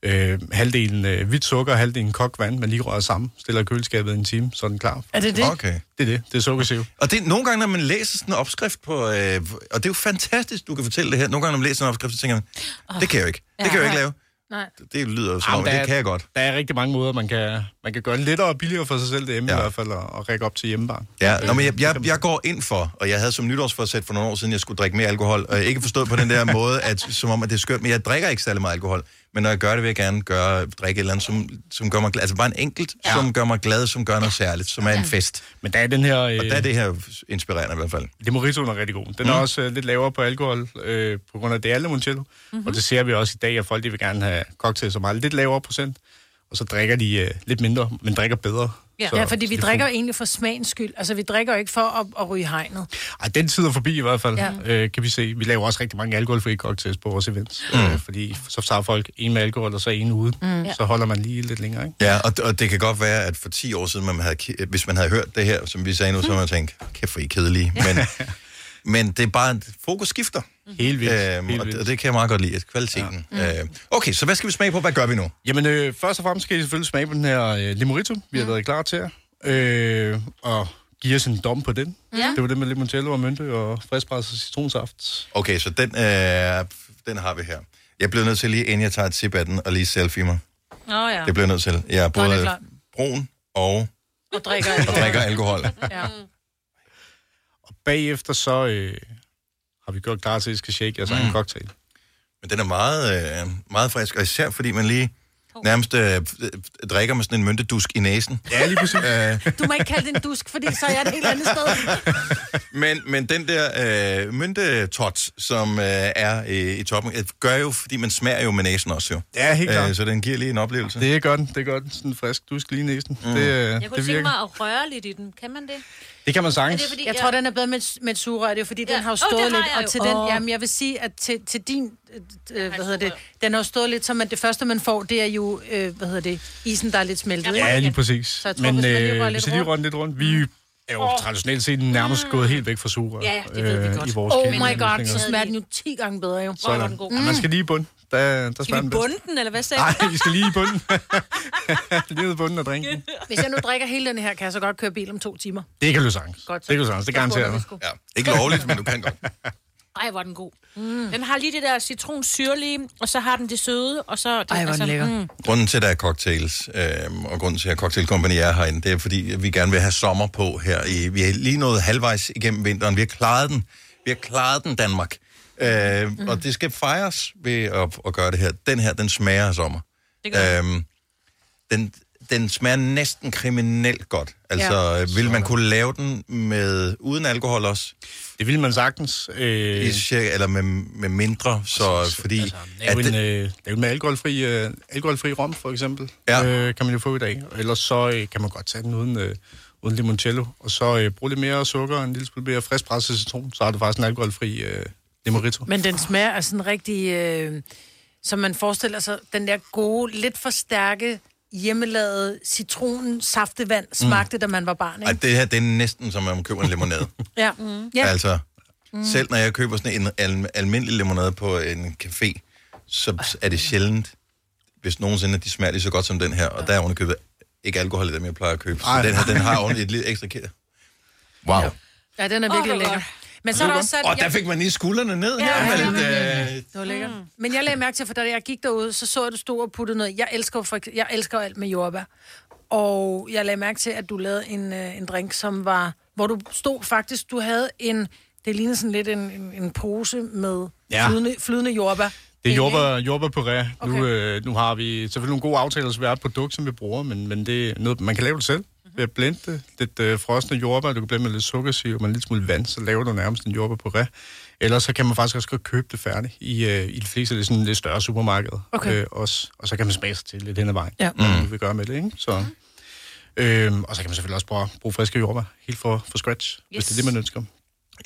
øh, halvdelen øh, hvidt sukker og halvdelen kogt vand, man lige rører sammen, stiller i køleskabet i en time, så er den klar.
Er det det?
Okay.
Det er det. Det er sukkersirup.
Og det, nogle gange, når man læser sådan en opskrift på... Øh, og det er jo fantastisk, du kan fortælle det her. Nogle gange, når man læser en opskrift, så tænker man, det kan jeg jo ikke. Det kan jeg jo ikke lave.
Nej.
Det lyder som om,
Jamen, der
det
er-
kan jeg godt.
Der er rigtig mange måder, man kan, man kan gøre det lettere og billigere for sig selv derhjemme ja. i hvert fald, og, og række op til hjemmebarn.
Ja, nå, men jeg, jeg, jeg går ind for, og jeg havde som nytårsforsæt for nogle år siden, jeg skulle drikke mere alkohol, og jeg ikke forstået på den der måde, at, som om at det er skørt, men jeg drikker ikke særlig meget alkohol. Men når jeg gør det, vil jeg gerne gøre, drikke et eller andet, som, som gør mig glad. Altså bare en enkelt, ja. som gør mig glad, som gør noget særligt, som er en fest.
Men der er den her...
Og der er det her inspirerende i hvert fald.
Det Moritoen er rigtig god. Den er
Mm.
også øh, lidt lavere på alkohol, øh, på grund af det er limoncello.
Mhm.
Mm-hmm. Og det ser vi også i dag, at folk de vil gerne have cocktails, som har lidt lavere procent. Og så drikker de øh, lidt mindre, men drikker bedre.
Ja,
Så-
ja fordi
så
vi
det
drikker jo egentlig for smagens skyld. Altså, vi drikker jo ikke for at, at ryge hegnet.
Ej, den tid er forbi i hvert fald,
Ja.
ja. øh, kan vi se. Vi laver også rigtig mange alkoholfri cocktails på vores events, mm. øh, fordi så tager folk en med alkohol, og så en uden.
Mm.
Mm. Så holder man lige lidt længere, ikke?
Ja, og, og det kan godt være, at for 10 år siden, man havde, ki- hvis man havde hørt det her, som vi sagde nu, så havde man tænkt, kæft for I er kedelige. Men, men det er bare, fokus skifter.
Helt vildt.
Øhm,
Helt
og, det,
vildt.
og det kan jeg meget godt lide, at kvaliteten. Ja. Øh, okay, så hvad skal vi smage på? Hvad gør vi nu?
Jamen, øh, først og fremmest skal I selvfølgelig smage på den her øh, limoncello, vi
Mm.
har været klar til jer. Øh, og give os en dom på den.
Ja.
Det var det med limoncello og mynte og friskpresset citronsaft.
Okay, så den, øh, den har vi her. Jeg bliver nødt til lige, inden jeg tager et sip af den, og lige selfie mig.
Nå ja.
Det bliver jeg nødt til. Jeg er
Nå, det er
både
klart.
brun og,
Og drikker
og drikker alkohol.
Ja.
Bagefter så øh, har vi gjort klar til, at I skal shake jeres mm. egen cocktail.
Men den er meget, øh, meget frisk, og især fordi man lige nærmest øh, øh, drikker med sådan en myntedusk i næsen.
Ja, lige præcis.
øh,
Du må ikke kalde det en dusk, fordi så er jeg et helt andet sted.
men, men den der øh, myntetots, som øh, er øh, i toppen, øh, gør jo, fordi man smager jo med næsen også jo.
Ja, helt klart.
Øh, så den giver lige en oplevelse.
Det er godt, det er godt. Sådan frisk, du skal lige i næsen. Mm. Det, øh,
Jeg kunne
det,
tænke
virker.
mig at røre lidt i den. Kan man det?
det kan man
Er
sagtens.
det fordi,
Jeg
jeg-
tror, den er bedre med, et- med et sugerør. Det er jo fordi, ja. den har jo
Åh, den
stået oh,
har
lidt.
jeg
Og
jo.
til den,
Åh.
jamen, jeg vil sige, at til, til din, øh, øh, hvad hedder det, den har jo stået lidt, så man, det første, man får, det er jo, øh, hvad hedder det, isen, der er lidt smeltet. ikke?
Ja, lige præcis.
Så jeg tror,
Men
hvis man lige rører
øh,
lidt
hvis I lige
rundt- Mm.
rører lidt rundt, vi er jo traditionelt set nærmest gået helt væk fra sugerør.
Ja, det ved vi godt.
øh, I vores
oh
kendte
my god,
løsninger.
så smager den jo 10 gange bedre jo.
Sådan. Ja, man
Mm.
skal lige i bund. Der, der
Skal vi bunde den, eller hvad sagde du?
Nej, vi skal lige i bunden. lige i bunden og drinken.
Hvis jeg nu drikker hele den her, kan jeg så godt køre bil om to timer.
Det kan du sagtens.
Godt så.
Det kan du sagtens, det
Så bunder
garanterer
vi
jeg.
sgu.
Ja, ikke lovligt, men du kan godt.
Ej, hvor er den god. Mm. Den har lige det der citronsyrlige, og så har den det søde, og så... altså- Mm. Det,
Ej, hvor er den lækker. Grunden til, at der er cocktails, øh, og grunden til, at Cocktail Company er herinde, det er, fordi vi gerne vil have sommer på her. I, vi er lige nået halvvejs igennem vinteren. Vi har klaret den. Vi har klaret den, Danmark. Øh, mm. Og det skal fejres ved at, at gøre det her. Den her, den smager af sommer.
Det
Øh,
gør øhm, den, den smager næsten kriminelt godt. Altså,
Ja.
ja. vil man kunne lave den med uden alkohol også?
Det ville man sagtens. Øh...
I, cirka- eller med, med mindre, så fordi... Altså,
Lave en, øh, lave en med alkoholfri, øh, alkoholfri rom, for eksempel, ja. øh, kan man jo få i dag. Ellers så øh, kan man godt tage den uden, øh, uden limoncello. Og så øh, bruge lidt mere sukker og en lille smule mere friskpresset citron, så har du faktisk en alkoholfri øh, limoncello.
Men den smager af sådan rigtig, øh, som man forestiller sig, den der gode, lidt for stærke, hjemmelavede citronen, saftevand, smagte, mm. da man var barn,
Ej,
ikke?
det her, det er næsten som, om man køber en limonade.
Ja. Mm.
Ja.
ja.
Altså, mm. selv når jeg køber sådan en al- almindelig limonade på en café, så er det sjældent, hvis nogensinde, at de smager lige så godt som den her. Og der er ovenikøbet ikke alkohol i dem, jeg plejer at købe. Så
Ej.
den her, den har oven i et lidt ekstra kæde. Wow. Ja.
ja, den er
Åh,
virkelig
hvor
oh, lækker. Men så er
Og
der også sådan...
der fik man lige skuldrene ned
Ja,
her.
ja,
med
ja,
lidt,
ja,
øh,
Det var lækkert. Mm. Men jeg lagde mærke til, for da jeg gik derude, så så jeg, at du stod og puttede noget. Jeg elsker, jo for, ekse- jeg elsker jo alt med jordbær. Og jeg lagde mærke til, at du lavede en, øh, en drink, som var... Hvor du stod faktisk... Du havde en... Det ligner sådan lidt en, en, en pose med ja.
Ja.
flydende, flydende jordbær.
Det er
Ikke?
jordbær, jordbær puré. Okay. Nu, øh, nu har vi selvfølgelig nogle gode aftaler, så vi har et produkt, som vi bruger, men, men det er noget, man kan lave det selv. Ved at blende det. Lidt øh, frosne jordbær, du kan blende med lidt sukkersirup og en lille smule vand, så laver du nærmest en jordbær puré. Ellers så kan man faktisk også godt købe det færdigt i, øh, i de fleste af de sådan lidt større supermarkeder. øh,
Okay.
også. Og så kan man smage sig til lidt hen ad vejen,
Ja.
hvad man nu vil gøre med det. Ikke? Så, øhm, og så kan man selvfølgelig også bruge, bruge friske jordbær helt fra fra scratch, yes. hvis det er det, man ønsker.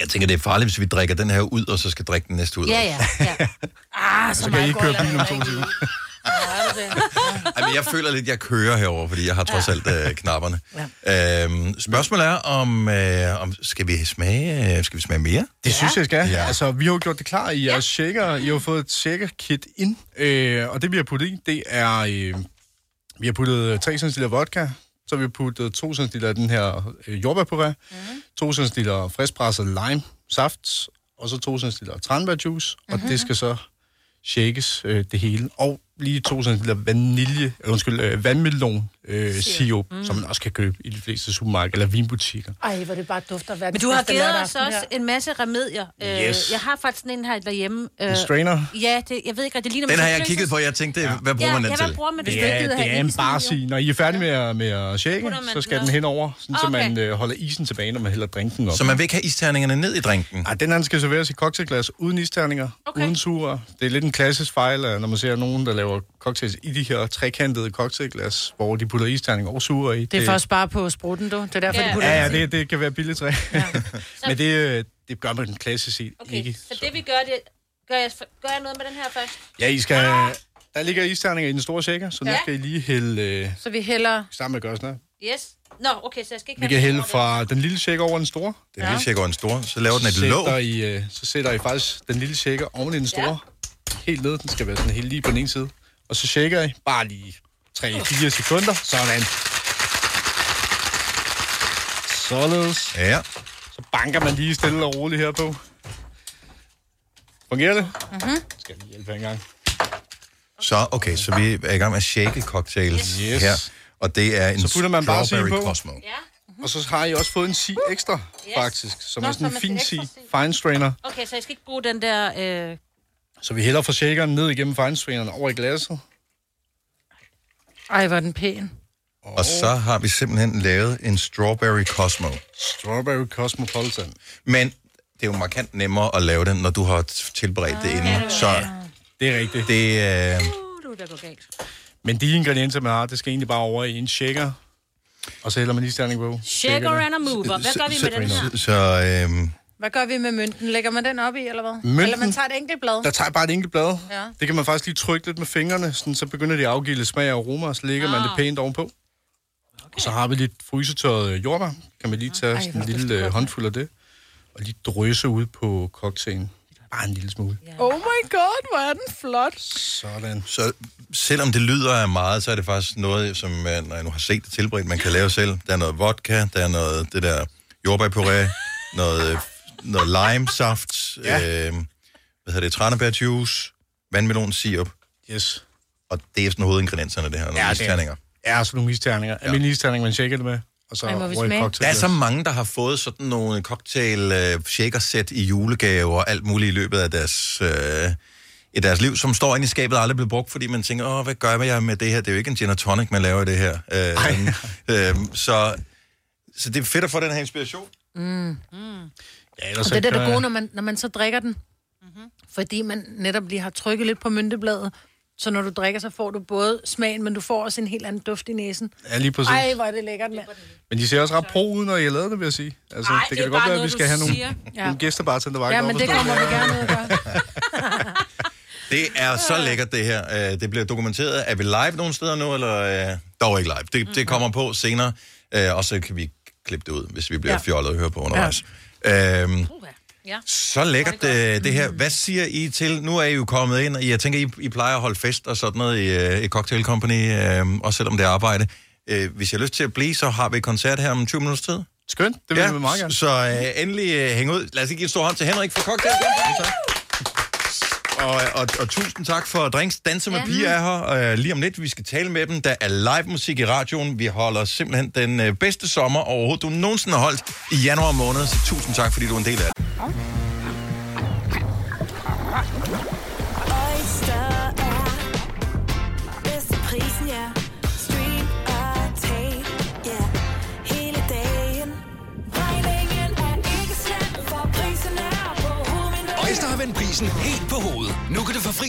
Jeg tænker, det er farligt, hvis vi drikker den her ud, og så skal drikke den næste ud.
Ja, ja, ja.
Ah, så,
så Altså, kan I
meget
ikke
godt
køre
er der
bilen
heller
om to
ikke.
timer.
Ej, men jeg føler lidt, jeg kører herover, fordi jeg har trods alt øh, knapperne. Ja. Øhm, spørgsmålet er, om, øh, om skal vi smage, øh, skal vi smage mere?
Det ja. synes jeg skal.
Ja.
Ja. Altså, vi har jo gjort det klar i jeres shaker. I har jo fået et shaker-kit ind, øh, og det vi har puttet i, det er... Øh, vi har puttet 3 cl vodka, så har vi puttet 2 cl af den her øh, jordbærpuré, mm-hmm. 2 cl friskpresset lime saft, og så 2 cl tranbærjuice, mm-hmm. og det skal så shakes øh, det hele. Og lige 2 cl vanilje, øh, undskyld, øh, vandmelon øh, sirup, mm. som man også kan købe i de fleste supermarkeder eller vinbutikker.
Ej, hvor det bare dufter hver
Men du har givet os også en masse remedier. Yes. Øh, jeg har faktisk sådan en her derhjemme. øh,
En strainer?
Ja, det, jeg ved ikke, det ligner...
Den
men
har
så
jeg
kløs-
kigget på, jeg tænkte, hvad bruger
Ja,
man den
ja,
til?
hvad bruger man, hvis du ikke
Ja,
gider have
det er en
is i?
barsi. Når I er færdige med at, med at shake,
Putter man
så skal
den
den
op.
henover, sådan, okay. så
Okay.
man øh, holder isen tilbage, når man hælder drinken op.
Så man vil ikke have isterningerne ned i drinken?
Ej, den her den skal serveres i cocktailglas uden isterninger, okay. uden sugerør. Det er lidt en klassisk fejl, at når man ser nogen, der laver cocktails i de her trekantede cocktailglas, hvor de putter isterninger og sugerør i.
Det er for at spare på sprutten, du. Det er derfor,
Ja.
de putter
Ja, ja,
den i.
det, det kan være billigt træ. Ja. Men det, øh, det gør man den klassisk set okay. ikke.
Så det vi gør, det... Gør jeg, gør jeg noget med den her først?
Ja, I skal... Der ligger isterninger i den store shaker, så nu
Ja.
skal I lige hælde... Øh,
Så vi hælder...
sammen med at gøre sådan her.
Yes. Nå, okay, så jeg skal ikke
Vi kan hælde fra den lille shaker over den store.
Den lille shaker over den store. Så laver den et låg.
sætter I, øh, så sætter I faktisk den lille shaker oven i den store. Helt ned. Den skal være sådan helt lige på den ene side. Og så shaker I bare lige 3-4 sekunder. Sådan. Således.
Ja.
Så banker man lige stille og roligt her på. Fungerer det?
Mm-hmm.
Skal jeg lige hjælpe en gang.
Så, okay, så vi er i gang med at shake cocktails yes. her. Og det er en
Så putter man bare sin
strawberry
på.
cosmo.
Og så har I også fået en si ekstra, faktisk. Som
Uh. Nå,
er sådan en
som er
fin
ekstra
si. Fine strainer.
Okay, så jeg skal ikke bruge den der... Øh...
Så vi hælder fra shakeren ned igennem fine straineren over i glasset.
Ej, hvor er den pæn.
Og så har vi simpelthen lavet en strawberry cosmo.
Strawberry altså. cosmopolitan.
Men det er jo markant nemmere at lave den, når du har tilberedt Ah, det inden. Så
det er rigtigt.
Det, øh,
Uh, Du er der går galt.
Men de ingredienser, man har, det skal egentlig bare over i en shaker. Og så hælder man lige standing på.
Shaker and a mover. Hvad gør vi med den her?
Så øh,
Hvad gør vi med mynten? Lægger man den op i, eller hvad?
Mønten?
Eller man tager et enkelt blad?
Der tager jeg bare et enkelt blad.
Ja.
Det kan man faktisk lige trykke lidt med fingrene, sådan, så begynder det at afgive lidt smag og aroma, og så lægger man det
Ah.
pænt ovenpå. Og så har vi lidt frysetørret øh, jordbær. Kan man lige tage
Ej,
sådan en
hvor
lille øh, håndfuld af det, og lige drysse ud på cocktailen. Bare en lille smule.
Oh my god, hvor er den flot.
Sådan.
Så selvom det lyder af meget, så er det faktisk noget, som man, når jeg nu har set det tilberedt, man kan lave selv. Der er noget vodka, der er noget det der jordbærpuré, noget, øh, noget limesaft, ja. øh, hvad hedder det, tranebærjuice, vandmelon, sirup.
Yes.
Og det er sådan hovedingredienserne, det her. Nogle
Ja,
ja,
det er-
isterninger.
Ja, sådan nogle isterninger. Ja. Almindelige isterninger, man shaker det med. Og så
Ej, må vi
over i
smage?
cocktailglas.
Der er så mange, der har fået sådan nogle cocktail øh, shakersæt i julegave og alt muligt i løbet af deres, øh, i deres liv, som står inde i skabet og aldrig bliver brugt, fordi man tænker, Åh, hvad gør jeg med det her? Det er jo ikke en gin og tonic, man laver i det her. Øh, øh, så, så det er fedt at få den her inspiration.
Mm.
Ja,
Og
ellers
det er det, der gode, når man, når man så drikker den.
Mhm.
Fordi man netop lige har trykket lidt på myntebladet. Så når du drikker, så får du både smagen, men du får også en helt anden duft i næsen.
Ja, lige præcis.
Ej, hvor er det lækkert, mand.
Men de ser også ret pro ud, når I har lavet det, vil jeg sige. Altså,
Ej,
det
det
kan
er
da godt
bare
være, at vi
noget, du
skal have nogle,
siger. Ja.
nogle gæster bare til, der var
Ja,
ikke
men
oppe
det
at stå.
kommer vi gerne ud og gøre.
Det er så lækkert, det her. Øh, Det bliver dokumenteret. Er vi live nogle steder nu, eller øh, dog ikke live? Det, det kommer på senere, øh, og så kan vi klippe det ud, hvis vi bliver
Ja.
fjollet at høre på undervejs. Øhm,
Ja.
Så lækkert øh, det, det her. Hvad siger I til? Nu er I jo kommet ind, og jeg tænker, I, I plejer at holde fest og sådan noget i, øh, i Cocktail Company, øh, også selvom det er arbejde. Øh, hvis jeg har lyst til at blive, så har vi et koncert her om 20 minutters tid.
Skønt, det vil vi meget gerne.
Så øh, endelig øh, hæng ud. Lad os lige give en stor hånd til Henrik fra Cocktail Company. Tak. Og, og, og tusind tak for drinks. Danser med
Ja.
ja. piger er her øh, lige om lidt. Vi skal tale med dem. Der er live musik i radioen. Vi holder simpelthen den øh, bedste sommer overhovedet, du nogensinde har holdt i januar måned. Så tusind tak, fordi du er en del af det.
Oyster er bedst til prisen, ja. Stream og tag, ja. Hele dagen. Regningen er ikke slem, for prisen er på hovedet.
Øjster har vendt prisen helt på hovedet. Nu kan du få fri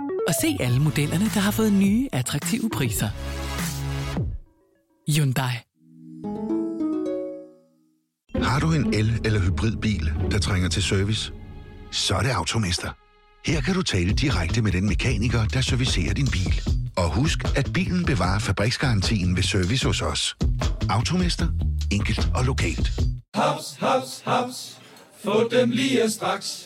og se alle modellerne, der har fået nye, attraktive priser. Hyundai.
Har du en el- eller hybridbil, der trænger til service? Så er det Automester. Her kan du tale direkte med den mekaniker, der servicerer din bil. Og husk, at bilen bevarer fabriksgarantien ved service hos os. Automester. Enkelt og lokalt.
Haps, haps, haps. Få dem lige straks.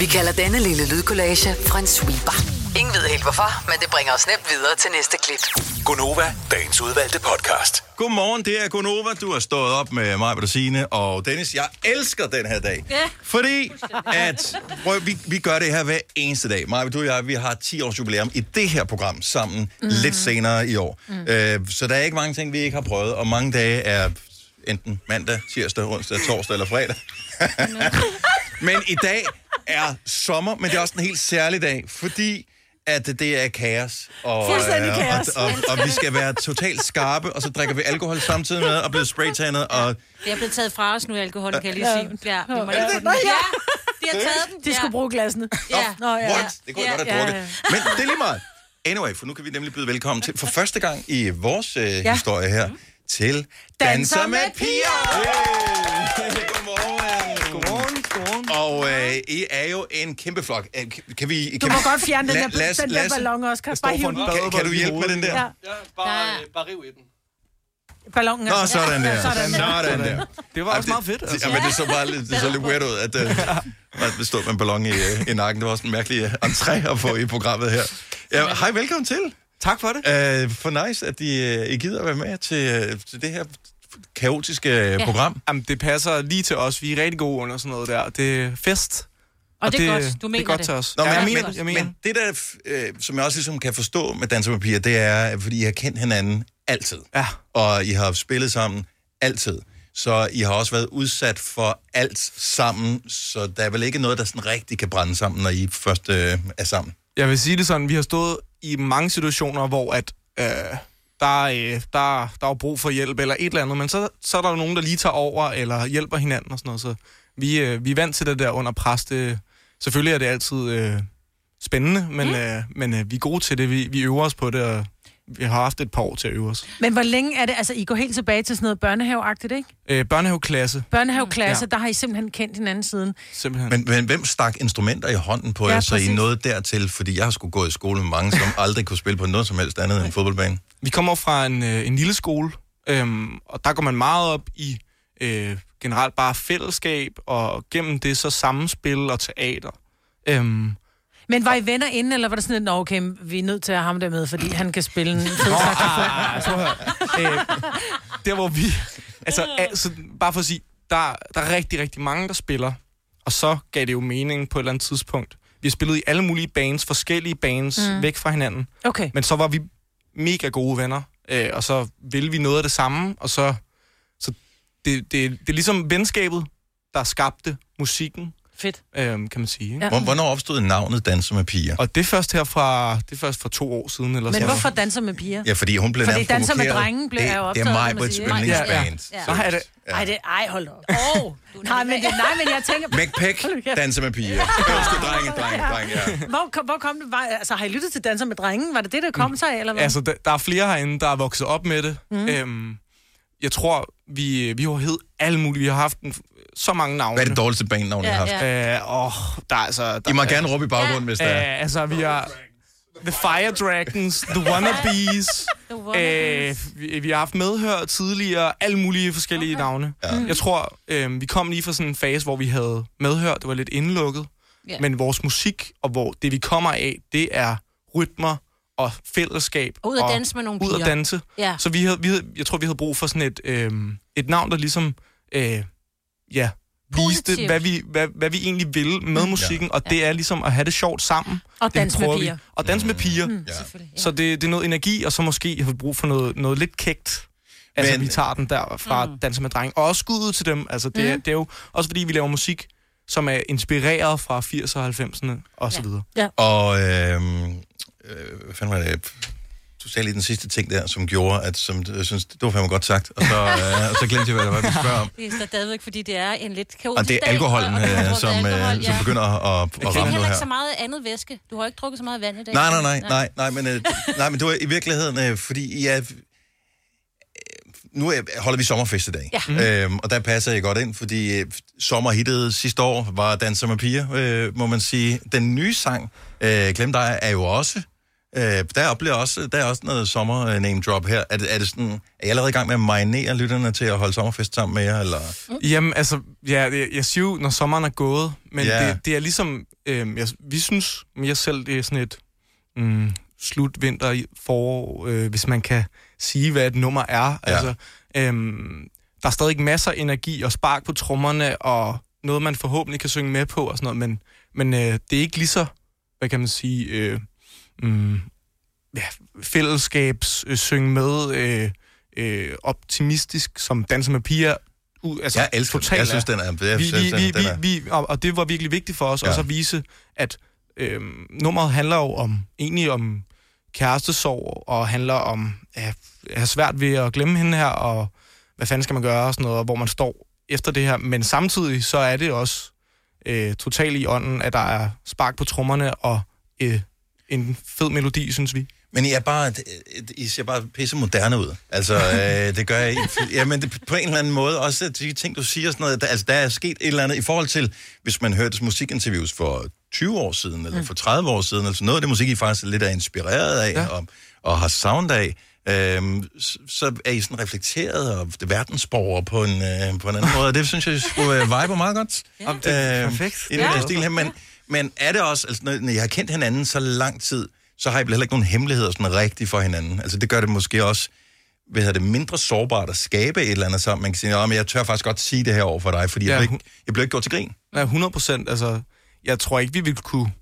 Vi kalder denne lille lydkollage en sweeper. Ingen ved helt hvorfor, men det bringer os nemt videre til næste klip.
Gunova, dagens udvalgte podcast.
Godmorgen, det er Gunova. Du har stået op med mig, Bettina og Dennis. Jeg elsker den her dag.
Ja.
Fordi at, prøv, vi, vi gør det her hver eneste dag. Maja, du og jeg, vi har 10 års jubilæum i det her program sammen
Mm.
mm. lidt senere i år. Mm. Øh, så der er ikke mange ting, vi ikke har prøvet, og mange dage er enten mandag, tirsdag, onsdag, torsdag eller fredag. men i dag er sommer, men det er også en helt særlig dag, fordi at det er kaos. Og,
Fuldstændig
øh,
kaos.
Og, og, og, vi skal være totalt skarpe, og så drikker vi alkohol samtidig med, og bliver spraytannet, og
Det er blevet taget fra os nu, alkoholen, kan jeg lige
Ja.
sige. Ja, vi må
Er
lige
det-
få den.
Nå, ja.
Ja, de har taget den.
De skulle bruge glassene.
Ja.
Nå, ja.
What? Det kunne jeg godt have drukket. Men det er lige meget. Anyway, for nu kan vi nemlig byde velkommen til, for første gang i vores øh,
Ja.
ja. historie her, til Danser med Piger! Hey! Godmorgen. Godmorgen. Godmorgen. Og øh, I er jo en kæmpe flok. Øh, Kan, kan vi, kan
Du må
vi,
godt fjerne den
Lad-
der-
lad os-
den der
lad os-
ballon, Oscar.
Der står
Bare
for
hiv
en
den.
kan, kan du hjælpe med den der?
Ja.
Bare, Øh, bare riv i den.
Ballonen
Nå, sådan der. Sådan der.
Det var også meget fedt.
Altså. Ja, men det så bare lidt, det så lidt weird ud, at uh, man stod med en ballon i, øh, i nakken. Det var også en mærkelig øh, entré at få i programmet her. Ja, hej, velkommen til.
Tak for det.
Øh,
Uh, for nice, at I, øh, I gider at være med til, øh, til det her kaotiske øh, program.
Jamen, det passer lige til os. Vi er rigtig gode under sådan noget der. Det er fest.
Og det er godt. Du
det
mener
er godt
det.
til os.
Nå, men,
ja,
jeg mener, jeg mener. men det der, øh, som jeg også ligesom kan forstå med Danser med Piger, det er, fordi I har kendt hinanden altid.
Ja.
Og I har spillet sammen altid. Så I har også været udsat for alt sammen, så der er vel ikke noget, der sådan rigtig kan brænde sammen, når I først øh, er sammen.
Jeg vil sige det sådan, vi har stået i mange situationer, hvor at, øh, der, er, øh, der, der er brug for hjælp eller et eller andet, men så, så er der jo nogen, der lige tager over eller hjælper hinanden og sådan noget. Så vi, øh, vi er vant til det der under pres. Det, selvfølgelig er det altid øh, spændende, men, mm. øh, men øh, vi er gode til det. Vi, vi øver os på det, og vi har haft et par år til at øve os.
Men hvor længe er det? Altså, I går helt tilbage til sådan noget børnehaveagtigt, ikke?
Øh, børnehaveklasse.
Børnehaveklasse,
Ja.
ja. der har I simpelthen kendt hinanden siden.
Simpelthen.
Men, men hvem stak instrumenter i hånden på jer,
Ja,
så I
præcis.
nåede dertil? Fordi jeg har sgu gået i skole med mange, som aldrig kunne spille på noget som helst andet end fodboldbanen.
Vi kommer fra en, øh, en lille skole, øhm, og der går man meget op i øh, generelt bare fællesskab, og gennem det så samspil og teater. Øhm,
Men var I venner inden, eller var det sådan, at "Nå, okay, vi er nødt til at have ham der med, fordi han kan spille en fed
ah, prøv at høre. øh, der hvor vi... Altså, altså, bare for at sige, der, der er rigtig, rigtig mange, der spiller, og så gav det jo mening på et eller andet tidspunkt. Vi har spillet i alle mulige bands, forskellige bands,
Mm.
mm. væk fra hinanden.
Okay.
Men så var vi mega gode venner, øh, og så ville vi noget af det samme, og så... så det, det, det er ligesom venskabet, der skabte musikken.
Fedt.
Øhm, kan man sige. Ikke?
Hvor- Hvornår opstod navnet Danser med Piger?
Og det er først her fra, det er først for to år siden. Eller
Men
sådan
hvorfor danser med piger?
Ja, fordi hun blev
fordi
nærmest
danser med
provokeret.
drenge blev
Det-
jeg jo
det er
optaget, kan man
Majbrits
sige, ikke?
yndlingsband.
Så er det-
Ja. Ej, det, ej, hold op. Oh, nej, men det, nej, men jeg tænker...
McPeck,
Hold nu kæft.
danser med piger. Ønsker drenge, drenge, drenge, ja.
Hvor, kom- hvor kom det? Var, altså, har I lyttet til Danser med Drengen? Var det det, der kom sig, eller hvad?
Altså, der, der er flere herinde, der er vokset op med det.
Mhm.
Mm. Øhm, jeg tror, vi, vi har hed alle mulige. Vi har haft en, så mange navne. Hvad
er det dårligste bandnavn,
ja,
I har haft?
Ja. Øh, åh, der er altså... Der,
I må gerne råbe i baggrunden, hvis der er.
Øh, altså, vi har... The Fire Dragons, The Wannabes.
The
øh,
Wannabes.
vi, vi har haft medhør tidligere, alle mulige forskellige okay. navne.
Ja.
Ja.
Mhm.
Jeg tror, øh, vi kom lige fra sådan en fase, hvor vi havde medhør, det var lidt indelukket.
Ja.
Yeah. Men vores musik, og hvor det vi kommer af, det er rytmer og fællesskab.
Og ud at danse med nogle
Ud
piger.
at danse.
Ja.
Så vi havde, vi havde, jeg tror, vi havde brug for sådan et, øh, et navn, der ligesom øh, ja, viste,
Positivt.
hvad vi, hvad, hvad vi egentlig ville med musikken. Og det er ligesom at have det sjovt sammen.
Og
Det
danse med
prøver vi.
piger.
Og danse med piger.
Mm,
ja. Så det, det er noget energi, og så måske har vi brug for noget, noget lidt kægt. Altså,
Men-
Men, vi tager den der fra mm. Danser med Dreng. Og også skud ud til dem. Altså, det, mm. det er jo også fordi, vi laver musik, som er inspireret fra 80'erne og 90'erne og så videre.
Ja.
øhm, Og, øh, øh, hvad fanden var det? du sagde lige den sidste ting der, som gjorde, at som, jeg synes, det var fandme godt sagt. Og så, øh, og så glemte jeg, hvad det var, vi spørger om.
Det er stadigvæk, fordi det er en lidt kaotisk
Og det er alkoholen,
og- og-
øh,
og-
som,
alkohol,
øh, som
ja.
begynder at,
Du fik
at ramme nu
heller
her.
ikke så meget andet væske. Du har ikke drukket så meget vand i dag.
Nej, nej, nej, nej, nej, men, øh, nej, men det var i virkeligheden, øh, fordi I er... øh, Nu er, holder vi sommerfest i dag,
Ja.
øhm, og der passer jeg godt ind, fordi øh, sommerhittet sidste år var Danser med piger, øh, må man sige. Den nye sang, øh, Glem dig, er jo også... Øh, der, oplever også, der er også noget sommer-name-drop her. Er det, er det sådan, er I allerede i gang med at marinere lytterne til at holde sommerfest sammen med jer, eller...
Jamen, altså, ja, jeg, jeg siger jo, når sommeren er gået, men
Ja.
ja. det, det er ligesom, øh, jeg, vi synes, jeg selv, det er sådan et mm, slut vinter, i- forår, øh, hvis man kan sige, hvad et nummer er. Ja. Altså, øh, der er stadig masser af energi og spark på trommerne, og noget, man forhåbentlig kan synge med på og sådan noget, men, men øh, det er ikke lige så, hvad kan man sige, øh, mm, ja, fællesskabs, øh, synge med, øh, øh, optimistisk, som danser med piger. U, altså,
Jeg elsker den.
totalt
Jeg synes,
er-
den er- jeg
vi,
synes,
vi,
den-
vi,
den er-
vi, vi, og, og det var virkelig vigtigt for os, ja.
Ja.
og så vise, at øh, nummeret handler jo om, egentlig om kærestesorg, og handler om at have svært ved at glemme hende her, og hvad fanden skal man gøre, og sådan noget, og hvor man står efter det her. Men samtidig så er det også øh, totalt i ånden, at der er spark på trommerne, og øh, en fed melodi, synes vi.
Men I er bare, et- et- I ser bare pisse moderne ud. Altså, øh, det gør jeg i- Jamen, det, på en eller anden måde, også at de ting, du siger, og sådan noget, der, altså, der er sket et eller andet i forhold til, hvis man hørte musikinterviews for 20 år siden, eller for 30 år siden, altså noget af det musik, I faktisk lidt er inspireret af, ja. og, og har sound af, øhm, s- så er I sådan reflekteret og verdensborger på en, øh, på en anden måde, og det synes jeg skulle øh, vibe meget godt.
Ja. Det er perfekt.
Øhm, I den her
Ja.
stil her, men, men er det også, altså, når når I har kendt hinanden så lang tid, så har I vel heller ikke nogen hemmeligheder sådan rigtigt for hinanden. Altså det gør det måske også, hvad hedder det, mindre sårbart at skabe et eller andet sammen. Man kan sige, "Nå, men jeg tør faktisk godt sige det her over for dig, fordi ja,
Ja,
jeg, blev ikke, jeg blev ikke gjort til grin.
Ja, 100 procent. Altså, jeg tror ikke, vi ville kunne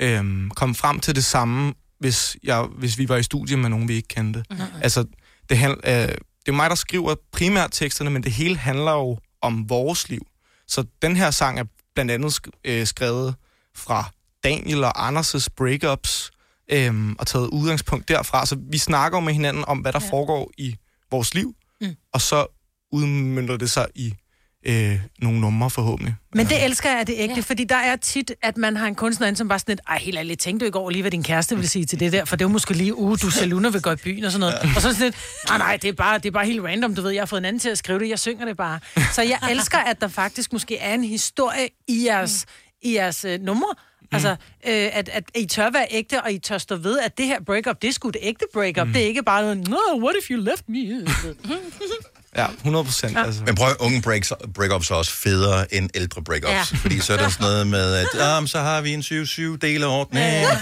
øhm, komme frem til det samme, hvis, jeg, hvis vi var i studie med nogen, vi ikke kendte.
Mhm.
Altså, det, handl, øh, det er mig, der skriver primært teksterne, men det hele handler jo om vores liv. Så den her sang er blandt andet sk- øh, skrevet fra Daniel og Anders' breakups, øhm, og taget udgangspunkt derfra. Så vi snakker jo med hinanden om, hvad der ja. foregår i vores liv,
Mm.
mm. og så udmyndter det sig i øh, nogle numre forhåbentlig.
Men det elsker jeg, at det er ægte, ja. fordi der er tit, at man har en kunstner ind, som bare sådan lidt, ej, helt ærligt, tænkte du ikke over lige, hvad din kæreste ville sige til det der, for det var måske lige, uge, du selv under vil gå i byen og sådan noget. Ja. Og så er det sådan lidt, nej, nej, det er, bare, det er bare helt random, du ved, jeg har fået en anden til at skrive det, jeg synger det bare. Så jeg elsker, at der faktisk måske er en historie i jeres, i jeres øh, numre, Altså, øh, at, at I tør være ægte, og I tør stå ved, at det her breakup, det er sgu et ægte breakup. Mm. Det er ikke bare noget, no, what if you left me?
Ja, 100 procent.
Ja.
Ja. Altså.
Men prøv at unge breaks, breakups er også federe end ældre breakups. Ja.
Ja.
Fordi så er der sådan noget med, at ah, men så har vi en 7-7 del af ordning. Ja.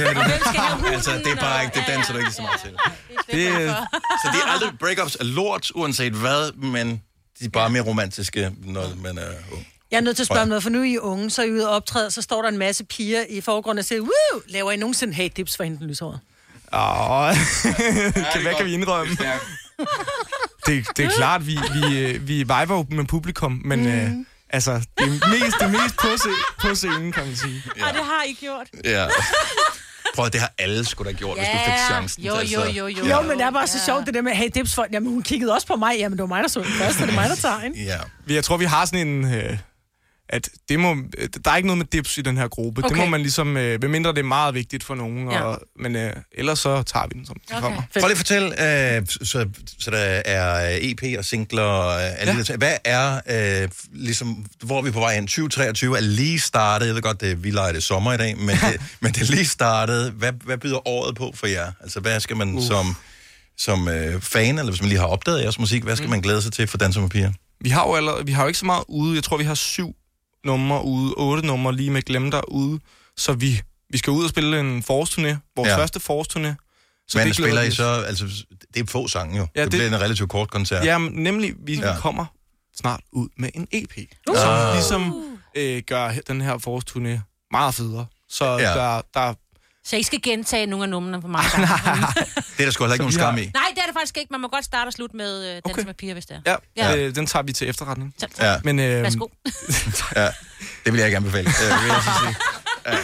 Altså, det er bare ikke, det danser du ikke så meget til.
Det,
så det er aldrig, breakups er lort, uanset hvad, men de er bare mere romantiske, når man er ung.
Jeg er nødt til at
Tror
spørge
jeg.
om noget, for nu er I unge, så er I ude og optræde, så står der en masse piger i forgrunden og siger, Woo! laver I nogensinde hate dips for hende den lyshåret?
Åh, kan, hvad kan vi indrømme? Det, det er klart, vi, vi, øh, vi viber jo med publikum, men mm. øh, altså, det er mest, det er mest på, se, på scenen, kan man sige.
Ah,
Og det har I gjort.
Ja. Prøv at det har alle skulle da gjort, hvis du fik chancen. altså.
Jo, men det er bare så sjovt, det der med hate dips for Jamen, hun kiggede også på mig. Jamen, det var mig, der så den første, det er mig, der tager hende.
Ja.
Vi- Jeg tror, vi har sådan en... Øh, at det må, øh, der er ikke noget med dips i den her gruppe. Okay. Det
Okay.
må man ligesom... Øh, medmindre det er meget vigtigt for nogen.
Ja.
Ja. Og, men øh, ellers så tager vi den, som den
Okay.
kommer.
Prøv lige at fortælle, øh, så, så der er EP og singler og øh, alle ja. de der ting. Hvad er, øh, ligesom, hvor er vi på vej hen? 2023 er lige startet. Jeg ved godt, det, vi leger det sommer i dag, men det, men det er lige startet. Hvad, hvad byder året på for jer? Altså, hvad skal man uh. som, som øh, fan, eller hvis man lige har opdaget jeres musik, hvad skal mm. man glæde sig til for Danser med Piger?
Vi har jo, allerede, vi har jo ikke så meget ude. Jeg tror, vi har syv numre ude, otte numre lige med Glem dig ude. Så vi, vi skal ud og spille en forårsturné, vores
Ja.
ja. første forårsturné.
Så Men
glæder
spiller
vi
I
os-
så, altså, det er få sange jo. Ja,
Ja,
det, det
det-
bliver en relativt kort koncert.
Ja, men nemlig, vi
Ja.
ja. kommer snart ud med en EP,
Uh.
uh. som
Ah.
ligesom øh, gør den her forårsturné meget federe. Så ja.
Ja.
der, der,
Så I skal gentage nogle af numrene for mig.
Det er der sgu heller ikke nogen
vi
skam
har-
i.
Nej, det er det faktisk ikke. Man må godt starte og slutte med øh, dans okay. med piger, hvis det er.
ja,
Ja.
ja. Øh, den tager vi til efterretning.
Ja.
Men, øh,
Værsgo.
Ja, det vil jeg ikke anbefale. Øh, vil jeg så sige.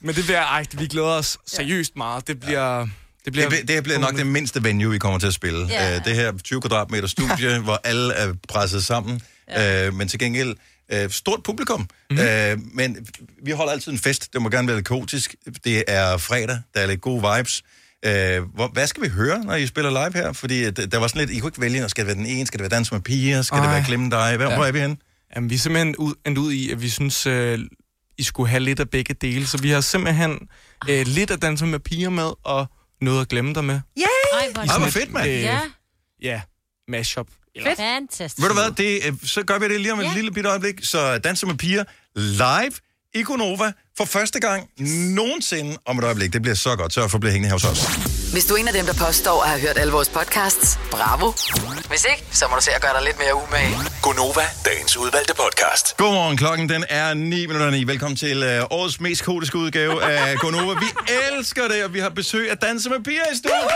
men det bliver, ej, vi glæder os seriøst meget. Det bliver, det
Det bliver, det, det bliver nok det mindste venue, vi kommer til at spille.
Ja.
Ja. Øh, det her 20 kvadratmeter studie, hvor alle er presset sammen, ja. øh, men til gengæld øh, stort publikum. Mm. Øh, men vi holder altid en fest, det må gerne være lidt kaotisk. Det er fredag, der er lidt gode vibes. Øh, hvor, hvad skal vi høre, når I spiller live her? Fordi øh, der var sådan lidt, I kunne ikke vælge, når skal det være den ene, skal det være dans med piger, skal Ej. det
Ej.
være glemme dig? Hvor, ja. hvor er vi henne?
Jamen, vi er simpelthen ud, endt ud i, at vi synes, øh, I skulle have lidt af begge dele. Så vi har simpelthen øh, lidt af danser med piger med, og noget at glemme dig med.
Yay! Ej,
I sådan et, øh,
Ja,
Ja, mashup.
fedt. Fantastisk.
Altså,
Ved du hvad, det, øh, så gør vi det lige om et
Ja.
ja. lille bitte øjeblik. Så Danser med Piger live i Gonova for første gang nogensinde om et øjeblik. Det bliver så godt, så jeg får blive hængende her hos os.
Hvis du er en af dem, der påstår at have hørt alle vores podcasts, bravo. Hvis ikke, så må du se at gøre dig lidt mere umage.
Gonova, dagens udvalgte podcast.
Godmorgen, klokken den er 9 minutter 9. Velkommen til øh, årets mest kodiske udgave af Gonova. Vi elsker det, og vi har besøg af Danser med Piger i studiet.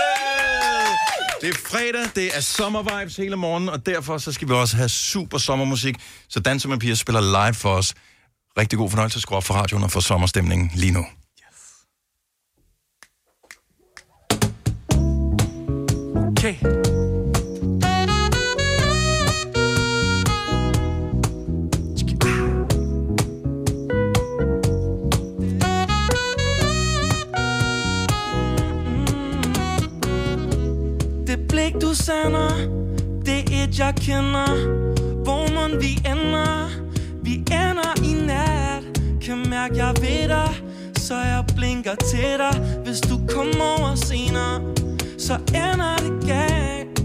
Det er fredag, det er sommervibes hele morgen, og derfor så skal vi også have super sommermusik. Så Danser med Piger spiller live for os. Rigtig god fornøjelse at skrue op for radioen og for sommerstemningen lige nu.
Okay.
Det blik du sender Det er et jeg kender Hvor man vi ender Vi ender i nat Kan mærke jeg ved dig Så jeg blinker til dig Hvis du kommer over senere Så ender det galt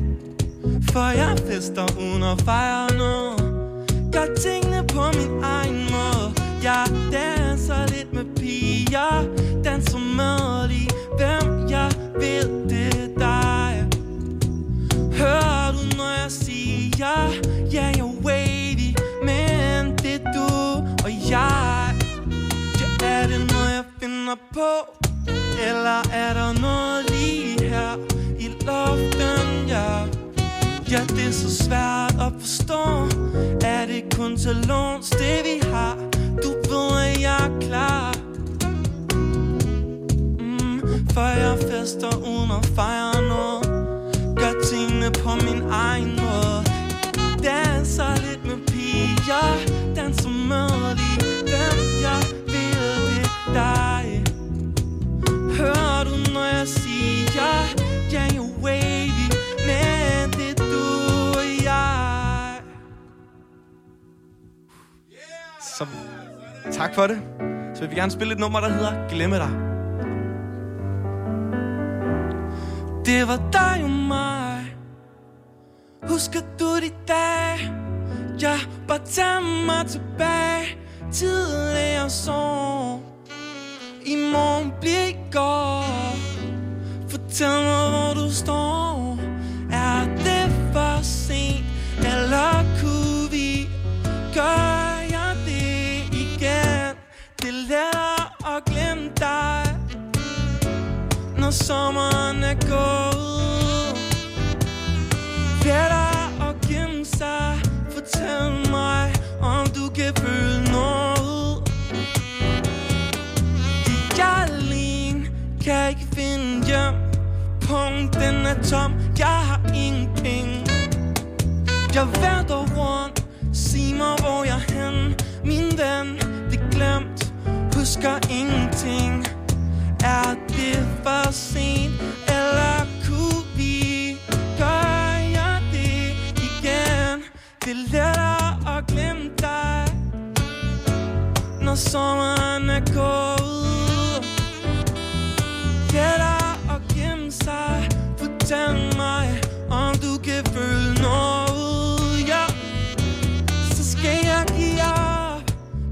For jeg fester uden at fejre noget Gør tingene på min egen måde Jeg danser lidt med piger Danser med lige hvem jeg ved det er dig Hører du, når jeg siger, ja, jeg er wavy, men det er du og jeg. Ja, er det noget, jeg finder på? Eller er der noget lige her i luften, ja? Ja, det er så svært at forstå, er det kun til låns, det vi har? Du ved, at jeg er klar. Mm, for jeg fester uden at fejre noget gør tingene på min egen måde Danser lidt med piger, danser med lige hvem jeg vil, det er dig Hører du, når jeg siger, ja, jeg er wavy, men det er du og jeg
Så, tak for det. Så vil vi gerne spille et nummer, der hedder Glemme dig.
Det var dig og mig Husker du de dage Jeg bare tager mig tilbage Tidligere sov I morgen bliver i går Fortæl mig hvor du står Er det for sent Eller kunne vi Gøre jeg det igen Det er lettere at glemme dig når sommeren er gået. Lad dig at gemme sig, fortæl mig, om du kan føle noget. Det jeg er alene, kan ikke finde hjem. Punkten er tom, jeg har ingen penge. Jeg vælter rundt, sig mig hvor jeg er hen. Min ven, det er glemt, husker ingenting. Er det for sent, eller kunne vi gøre det igen? Det er lettere at glemme dig, når sommeren er gået. Lettere at gemme sig, fortæl mig, om du kan føle noget. Ja, så skal jeg give op,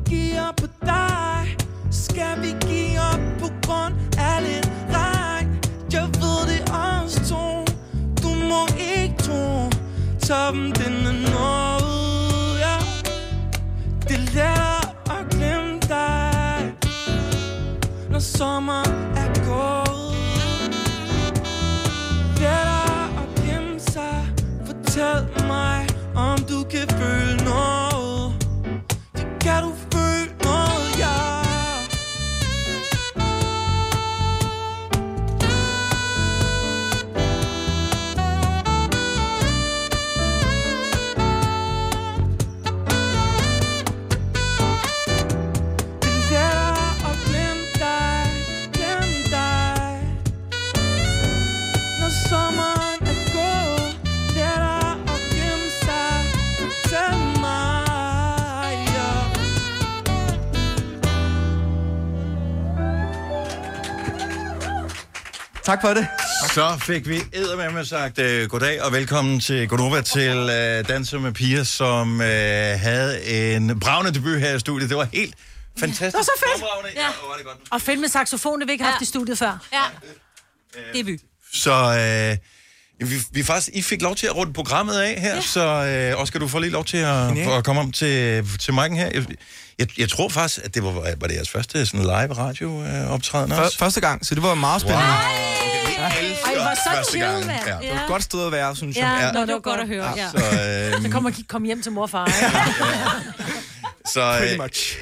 give op på dig. Skal vi give op på grund af lidt regn? Jeg ved det er os to Du må ikke tro Toppen den er nået ja. Det er lettere at glemme dig Når sommer er gået Lettere at gemme sig Fortæl mig om du kan føle noget Det kan du føle noget, ja
Tak for det. Så fik vi eddermame sagt øh, goddag og velkommen til Gonova til øh, Danser med Piger, som øh, havde en bravende debut her i studiet. Det var helt fantastisk.
Det var så fedt. Ja. Og fedt med saxofon, det vi ikke har haft i studiet før. Ja. Debut.
Så øh, vi, vi faktisk, I fik lov til at runde programmet af her, ja. så øh, Oscar, du får lige lov til at, for at komme om til, til Mike'en her. Jeg, jeg, jeg tror faktisk, at det var, var det jeres første sådan live radio øh, optræden også.
Første gang, så det var meget spændende.
Wow.
Ej, hvor så
Første
chill,
gang,
mand.
ja.
Det var et godt sted at være, synes jeg.
Ja, nå, det var godt at høre. Ja.
Så, øh,
Så kommer kom hjem til mor og far. Ikke?
så,
Pretty
øh,
much.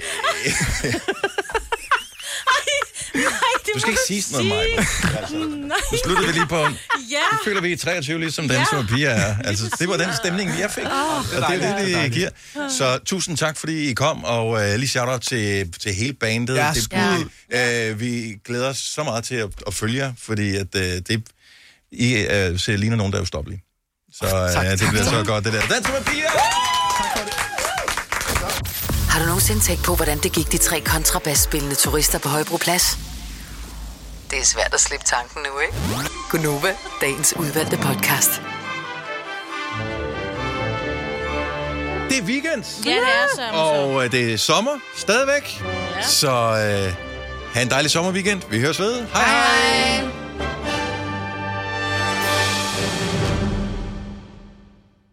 du skal ikke sige sådan noget, Maja. Altså, Nu slutter vi lige på en.
Ja.
Nu føler vi i 23, ligesom den som piger er. Altså, det var den stemning, jeg fik.
Åh.
Og Ah. det er det, det giver. Så tusind tak, fordi I kom, og øh, lige shout-out til, til hele bandet.
Ja,
det,
skud.
ja. Øh, vi glæder os så meget til at, at følge jer, fordi at, øh, det, I øh, ser ligner nogen, der er ustoppelige. Så øh, det bliver så godt, det der. Dans med piger!
Har du nogensinde tænkt på, hvordan det gik de tre kontrabasspillende turister på Højbroplads? Det er svært at slippe tanken nu, ikke? Gunova, dagens udvalgte podcast.
Det er weekend!
Ja, det er så.
Og øh, det er sommer stadigvæk. Ja. Så øh, have en dejlig sommerweekend. Vi høres ved. Hej hej!